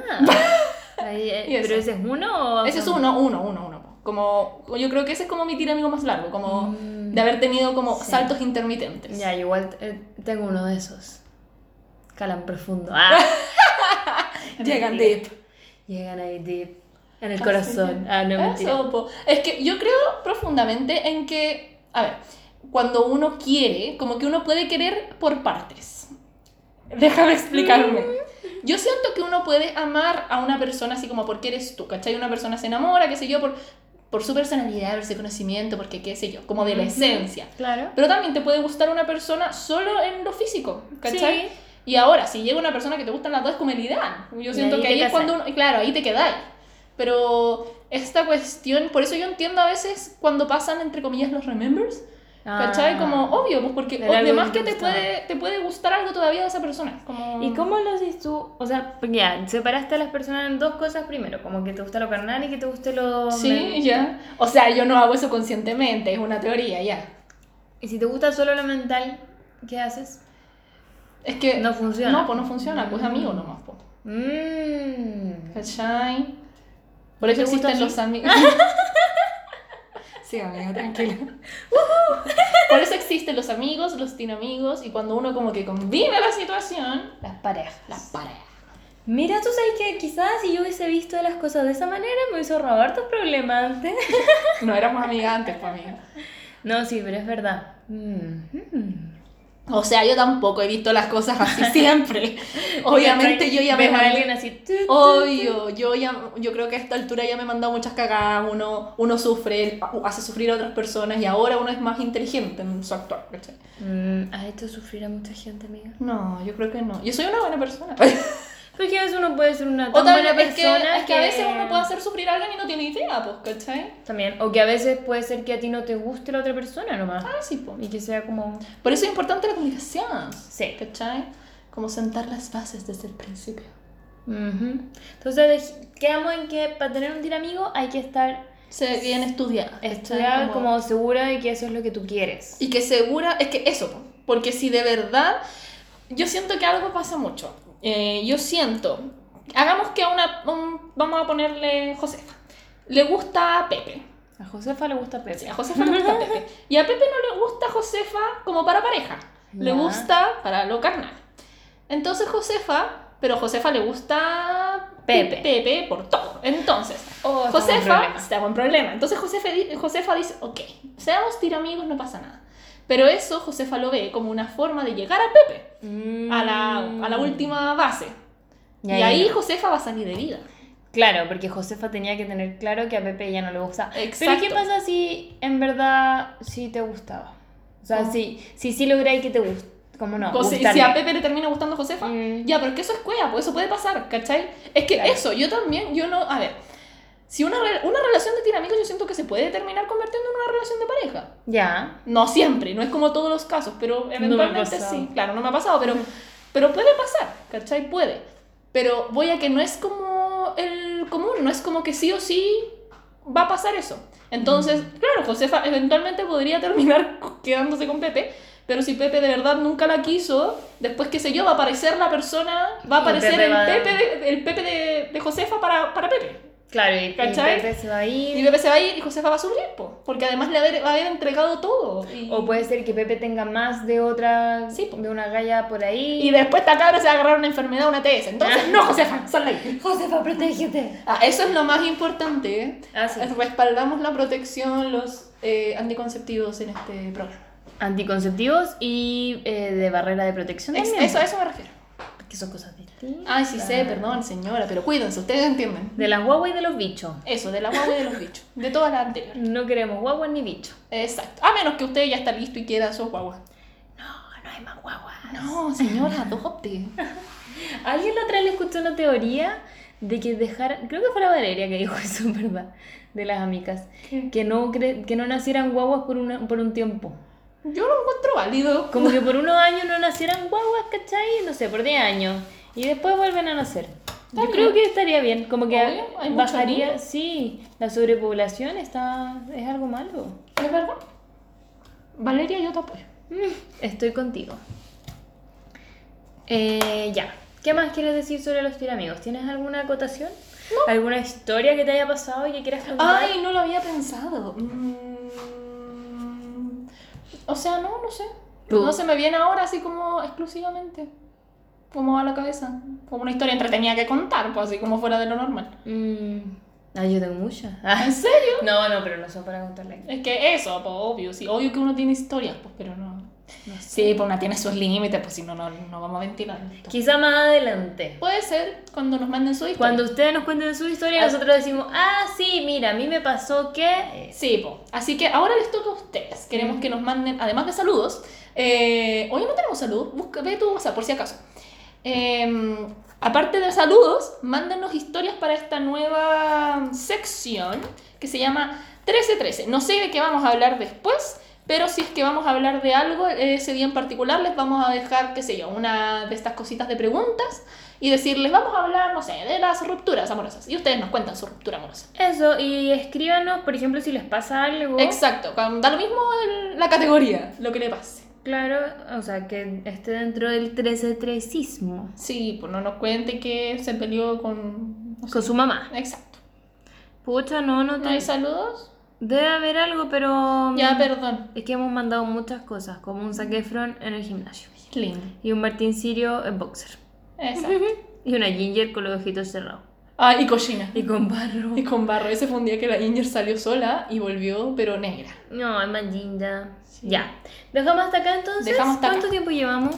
S2: Ahí, eh,
S3: [LAUGHS] Y eso.
S2: ¿Pero ese es uno o.?
S3: Ese es uno, uno, uno, uno. po. Como, yo creo que ese es como mi tiramigo más largo, como
S2: Mm.
S3: de haber tenido como
S2: Sí.
S3: saltos intermitentes.
S2: Ya, igual eh, tengo uno de esos. Calan profundo. Ah.
S3: [LAUGHS] Llegan
S2: Mentira.
S3: deep.
S2: Llegan ahí deep. En el corazón. Ah, no, mentira.
S3: Eso, ¿Eh? po. Es que yo creo profundamente en que, a ver, cuando uno quiere, como que uno puede querer por partes. Déjame explicarme.
S2: Mm.
S3: Yo siento que uno puede amar a una persona así como porque eres tú, ¿cachai? Una persona se enamora, qué sé yo, por, por su personalidad, por su conocimiento, porque qué sé yo, como de la
S2: Ujú.
S3: esencia.
S2: Claro.
S3: Pero también te puede gustar una persona solo en lo físico, ¿cachai?
S2: Sí.
S3: Y ahora, si llega una persona que te gustan las dos, es como el ideal. Yo
S2: Y
S3: siento
S2: ahí
S3: que
S2: te
S3: ahí es
S2: casas.
S3: cuando uno. Claro, ahí te quedáis. Pero esta cuestión, por eso yo entiendo a veces cuando pasan, entre comillas, los remembers. ¿Cachai?
S2: Ah.
S3: Como obvio, pues porque
S2: Era
S3: además
S2: algo que
S3: que
S2: te
S3: te
S2: gustaba.
S3: puede, te puede gustar algo todavía de esa persona. Como...
S2: ¿Y cómo lo haces tú? O sea, pues ya, separaste a las personas en dos cosas primero, como que te gusta lo carnal y que te guste lo...
S3: Sí,
S2: men-
S3: ya. O sea, yo no hago eso conscientemente, es una teoría, ya.
S2: Y si te gusta solo lo mental, ¿qué haces?
S3: Es que.
S2: No funciona.
S3: No, pues no funciona, pues amigo nomás, pues.
S2: Mmm.
S3: ¿Cachai? Por eso
S2: ¿Te gusta
S3: existen
S2: así?
S3: los amigos. [LAUGHS] sí, amigo, [LAUGHS] tranquilo. Por eso existen los amigos, los tinamigos, y cuando uno como que combina la situación,
S2: Las parejas.
S3: la pareja.
S2: Mira, tú sabes que quizás si yo hubiese visto las cosas de esa manera, me hubiese ahorrado hartos problemas antes.
S3: No éramos amigas antes, pues, amiga.
S2: No, sí, pero es verdad. Mm, mm.
S3: O sea, yo tampoco he visto las cosas así [LAUGHS] siempre. Obviamente yo ya me
S2: Ves a
S3: mandé-
S2: alguien así. tu, tu,
S3: Obvio, yo ya, yo creo que a esta altura ya me he mandado muchas cagadas, uno, uno sufre, hace sufrir a otras personas y ahora uno es más inteligente en su actuar, ¿cachai?
S2: tu. Mm, ¿Has hecho sufrir a mucha gente, amiga?
S3: No, yo creo que no. Yo soy una buena persona.
S2: Porque a veces uno puede ser
S3: [LAUGHS]
S2: una
S3: o
S2: tan
S3: también
S2: buena
S3: es que,
S2: persona
S3: es que a veces uno puede hacer sufrir a alguien y no tiene idea, pues, ¿cachai?
S2: También, o que a veces puede ser que a ti no te guste la otra persona nomás.
S3: Ah, sí, po.
S2: Y que sea como...
S3: Por eso es importante la comunicación,
S2: Sí.
S3: ¿cachai? Como sentar las bases desde el principio.
S2: Ujú. Entonces dej- quedamos en que para tener un tiramigo hay que estar
S3: Se bien estudiada. ¿cachai?
S2: estudiada como... segura de que eso es lo que tú quieres.
S3: Y que segura, es que eso, po. porque si de verdad, yo siento que algo pasa mucho. Eh, yo siento, hagamos que a una, un- vamos a ponerle Josefa, le gusta a Pepe.
S2: A Josefa le gusta Pepe.
S3: Sí, a Josefa le gusta Pepe. Y a Pepe no le gusta Josefa como para pareja. Le
S2: Ya.
S3: gusta para lo carnal. Entonces Josefa, pero Josefa le gusta
S2: Pepe.
S3: Pepe por todo. Entonces,
S2: Oh, estamos en
S3: Josefa
S2: problemas.
S3: está buen problema. Entonces Josefa, di- Josefa dice, ok, seamos tiramigos, no pasa nada. Pero eso Josefa lo ve como una forma de llegar a Pepe,
S2: Mm.
S3: a la, a la última base. Y,
S2: Ya, ya,
S3: ahí
S2: ya.
S3: Josefa va a salir herida.
S2: Claro, porque Josefa tenía que tener claro que a Pepe ya no le gustaba.
S3: Exacto.
S2: Pero ¿qué pasa si en verdad sí te gustaba? O sea,
S3: ¿Cómo?
S2: si sí, sí lográis que te guste. ¿Cómo no?
S3: O si- si
S2: Gustarle.
S3: a Pepe le termina gustando Josefa,
S2: Mm.
S3: ya, pero es que eso es cueva, pues eso puede pasar, ¿cachai? Es que
S2: Claro.
S3: eso, yo también, yo no, a ver, si una, re- una relación de tiramigos yo siento que se puede terminar convirtiendo en una relación de pareja.
S2: Ya.
S3: No siempre, no es como todos los casos, pero eventualmente
S2: pasado.
S3: sí. Claro, no me ha pasado, pero, pero puede pasar, ¿cachai? Puede. Pero voy a que no es como el común, no es como que sí o sí va a pasar eso. Entonces, claro, Josefa eventualmente podría terminar [LAUGHS] quedándose con Pepe, pero si Pepe de verdad nunca la quiso, después, qué sé yo, va a aparecer la persona, va a
S2: Y
S3: aparecer
S2: Pepe
S3: el,
S2: va-
S3: Pepe de, el Pepe de, de Josefa para, para Pepe.
S2: Claro, y, y
S3: ¿Cachai?
S2: Pepe se va a ir.
S3: Y Pepe se va a ir y Josefa va a sufrir, po, porque además le haber- va a haber entregado todo. y-
S2: O puede ser que Pepe tenga más de otra,
S3: Sí, po.
S2: de una galla por ahí.
S3: Y después esta cabra se va a agarrar una enfermedad, una TS. Entonces, [LAUGHS] no, Josefa, sal de ahí.
S2: Josefa, protégete.
S3: Ah, eso es lo más importante. ¿eh?
S2: Ah, sí.
S3: Respaldamos la protección, los eh, anticonceptivos en este programa.
S2: Anticonceptivos y eh, de barrera de protección.
S3: Ex-
S2: también.
S3: eso, a eso me refiero.
S2: Que son cosas distintas.
S3: Ay, sí sé, perdón, señora, pero cuídense, ustedes entienden.
S2: De las guaguas y de los bichos.
S3: Eso, de la guagua y de los bichos. De todas las anteriores.
S2: No queremos guaguas ni bichos.
S3: Exacto. A menos que usted ya está listo y quiera sus guaguas.
S2: No, no hay más guaguas.
S3: No, señora, adopte.
S2: Alguien la otra vez le escuchó una teoría de que dejar, creo que fue la Valeria que dijo [LAUGHS] eso, en ¿verdad? De las amigas.
S3: ¿Qué?
S2: Que no, cre- que no nacieran guaguas por, una, por un tiempo.
S3: Yo lo encuentro válido.
S2: Como que por unos años no nacieran guaguas, ¿cachai? No sé, por 10 años. Y después vuelven a nacer. Yo
S3: Está
S2: creo
S3: bien.
S2: que estaría bien, como que
S3: Obvio, hay mucho
S2: bajaría,
S3: nido.
S2: sí, la sobrepoblación está, es algo malo.
S3: ¿Es verdad? Valeria, yo te apoyo.
S2: Mm, Estoy contigo. Eh, ya. ¿Qué más quieres decir sobre los tiramigos? ¿Tienes alguna acotación? ¿Alguna historia que te haya pasado y que quieras contar?
S3: Ay, no lo había pensado. Mm. O sea, no, no sé.
S2: Tú.
S3: No se me viene ahora así como exclusivamente. Como a la cabeza. Como una historia entretenida que contar, pues así como fuera de lo normal.
S2: Mm, ay, yo tengo muchas.
S3: ¿En serio?
S2: [LAUGHS] No, no, pero no son para contarle aquí.
S3: Es que eso, pues obvio, sí. Obvio que uno tiene historias, pues, pero no.
S2: No sé.
S3: Sí, pues una tiene sus límites, pues si no, no, no vamos a ventilar. esto.
S2: Quizá más adelante.
S3: Puede ser cuando nos manden su historia.
S2: Cuando ustedes nos cuenten su historia,
S3: Ah.
S2: nosotros decimos, ah, sí, mira, a mí me pasó que...
S3: Sí, po. así que ahora les toca a ustedes. Queremos que nos manden, además de saludos, eh, hoy no tenemos saludos, busca, ve tu WhatsApp por si acaso. Eh, aparte de saludos, mándenos historias para esta nueva sección que se llama 1313. No sé de qué vamos a hablar después, pero si es que vamos a hablar de algo eh, ese día en particular, les vamos a dejar, qué sé yo, una de estas cositas de preguntas y decirles, vamos a hablar, no sé, de las rupturas amorosas. Y ustedes nos cuentan su ruptura amorosa.
S2: Eso, y escríbanos, por ejemplo, si les pasa algo.
S3: Exacto, con- da lo mismo el- la categoría, lo que le pase.
S2: Claro, o sea, que esté dentro del 13-3ismo.
S3: Sí, pues no nos cuente que se peleó con... no sé.
S2: Con su mamá.
S3: Exacto.
S2: Pucha, no, no
S3: ¿No
S2: te...
S3: hay saludos?
S2: Debe haber algo, pero... mm,
S3: Ya, perdón.
S2: Es que hemos mandado muchas cosas, como un saquefron en el gimnasio.
S3: Lindo.
S2: Y un Martín Sirio en boxer.
S3: Exacto.
S2: Y una Ginger con los ojitos cerrados.
S3: Ah, y cochina.
S2: Y con barro.
S3: Y con barro. Ese fue un día que la Inger salió sola y volvió, pero negra.
S2: No, es más linda. Ya. ¿Dejamos hasta acá entonces?
S3: Dejamos hasta acá.
S2: ¿Cuánto tiempo llevamos?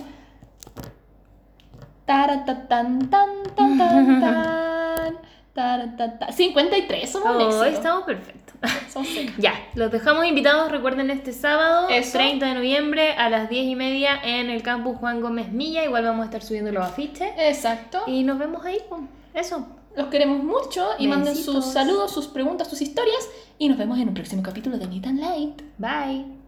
S3: Taratatan, tan, tan, tan, [LAUGHS] tan. Taratata- 53, somos un
S2: Hoy
S3: éxito.
S2: Oh, estamos perfectos. [LAUGHS]
S3: Somos secas.
S2: Ya, los dejamos invitados, recuerden este sábado,
S3: Eso.
S2: 30 de noviembre a las 10 y media en el campus Juan Gómez Milla, igual vamos a estar subiendo los afiches
S3: Exacto.
S2: y nos vemos ahí, pues. eso.
S3: Los queremos mucho y manden sus
S2: Besitos.
S3: saludos, sus preguntas, sus historias. Y nos vemos en un próximo capítulo de Nitan Light.
S2: Bye.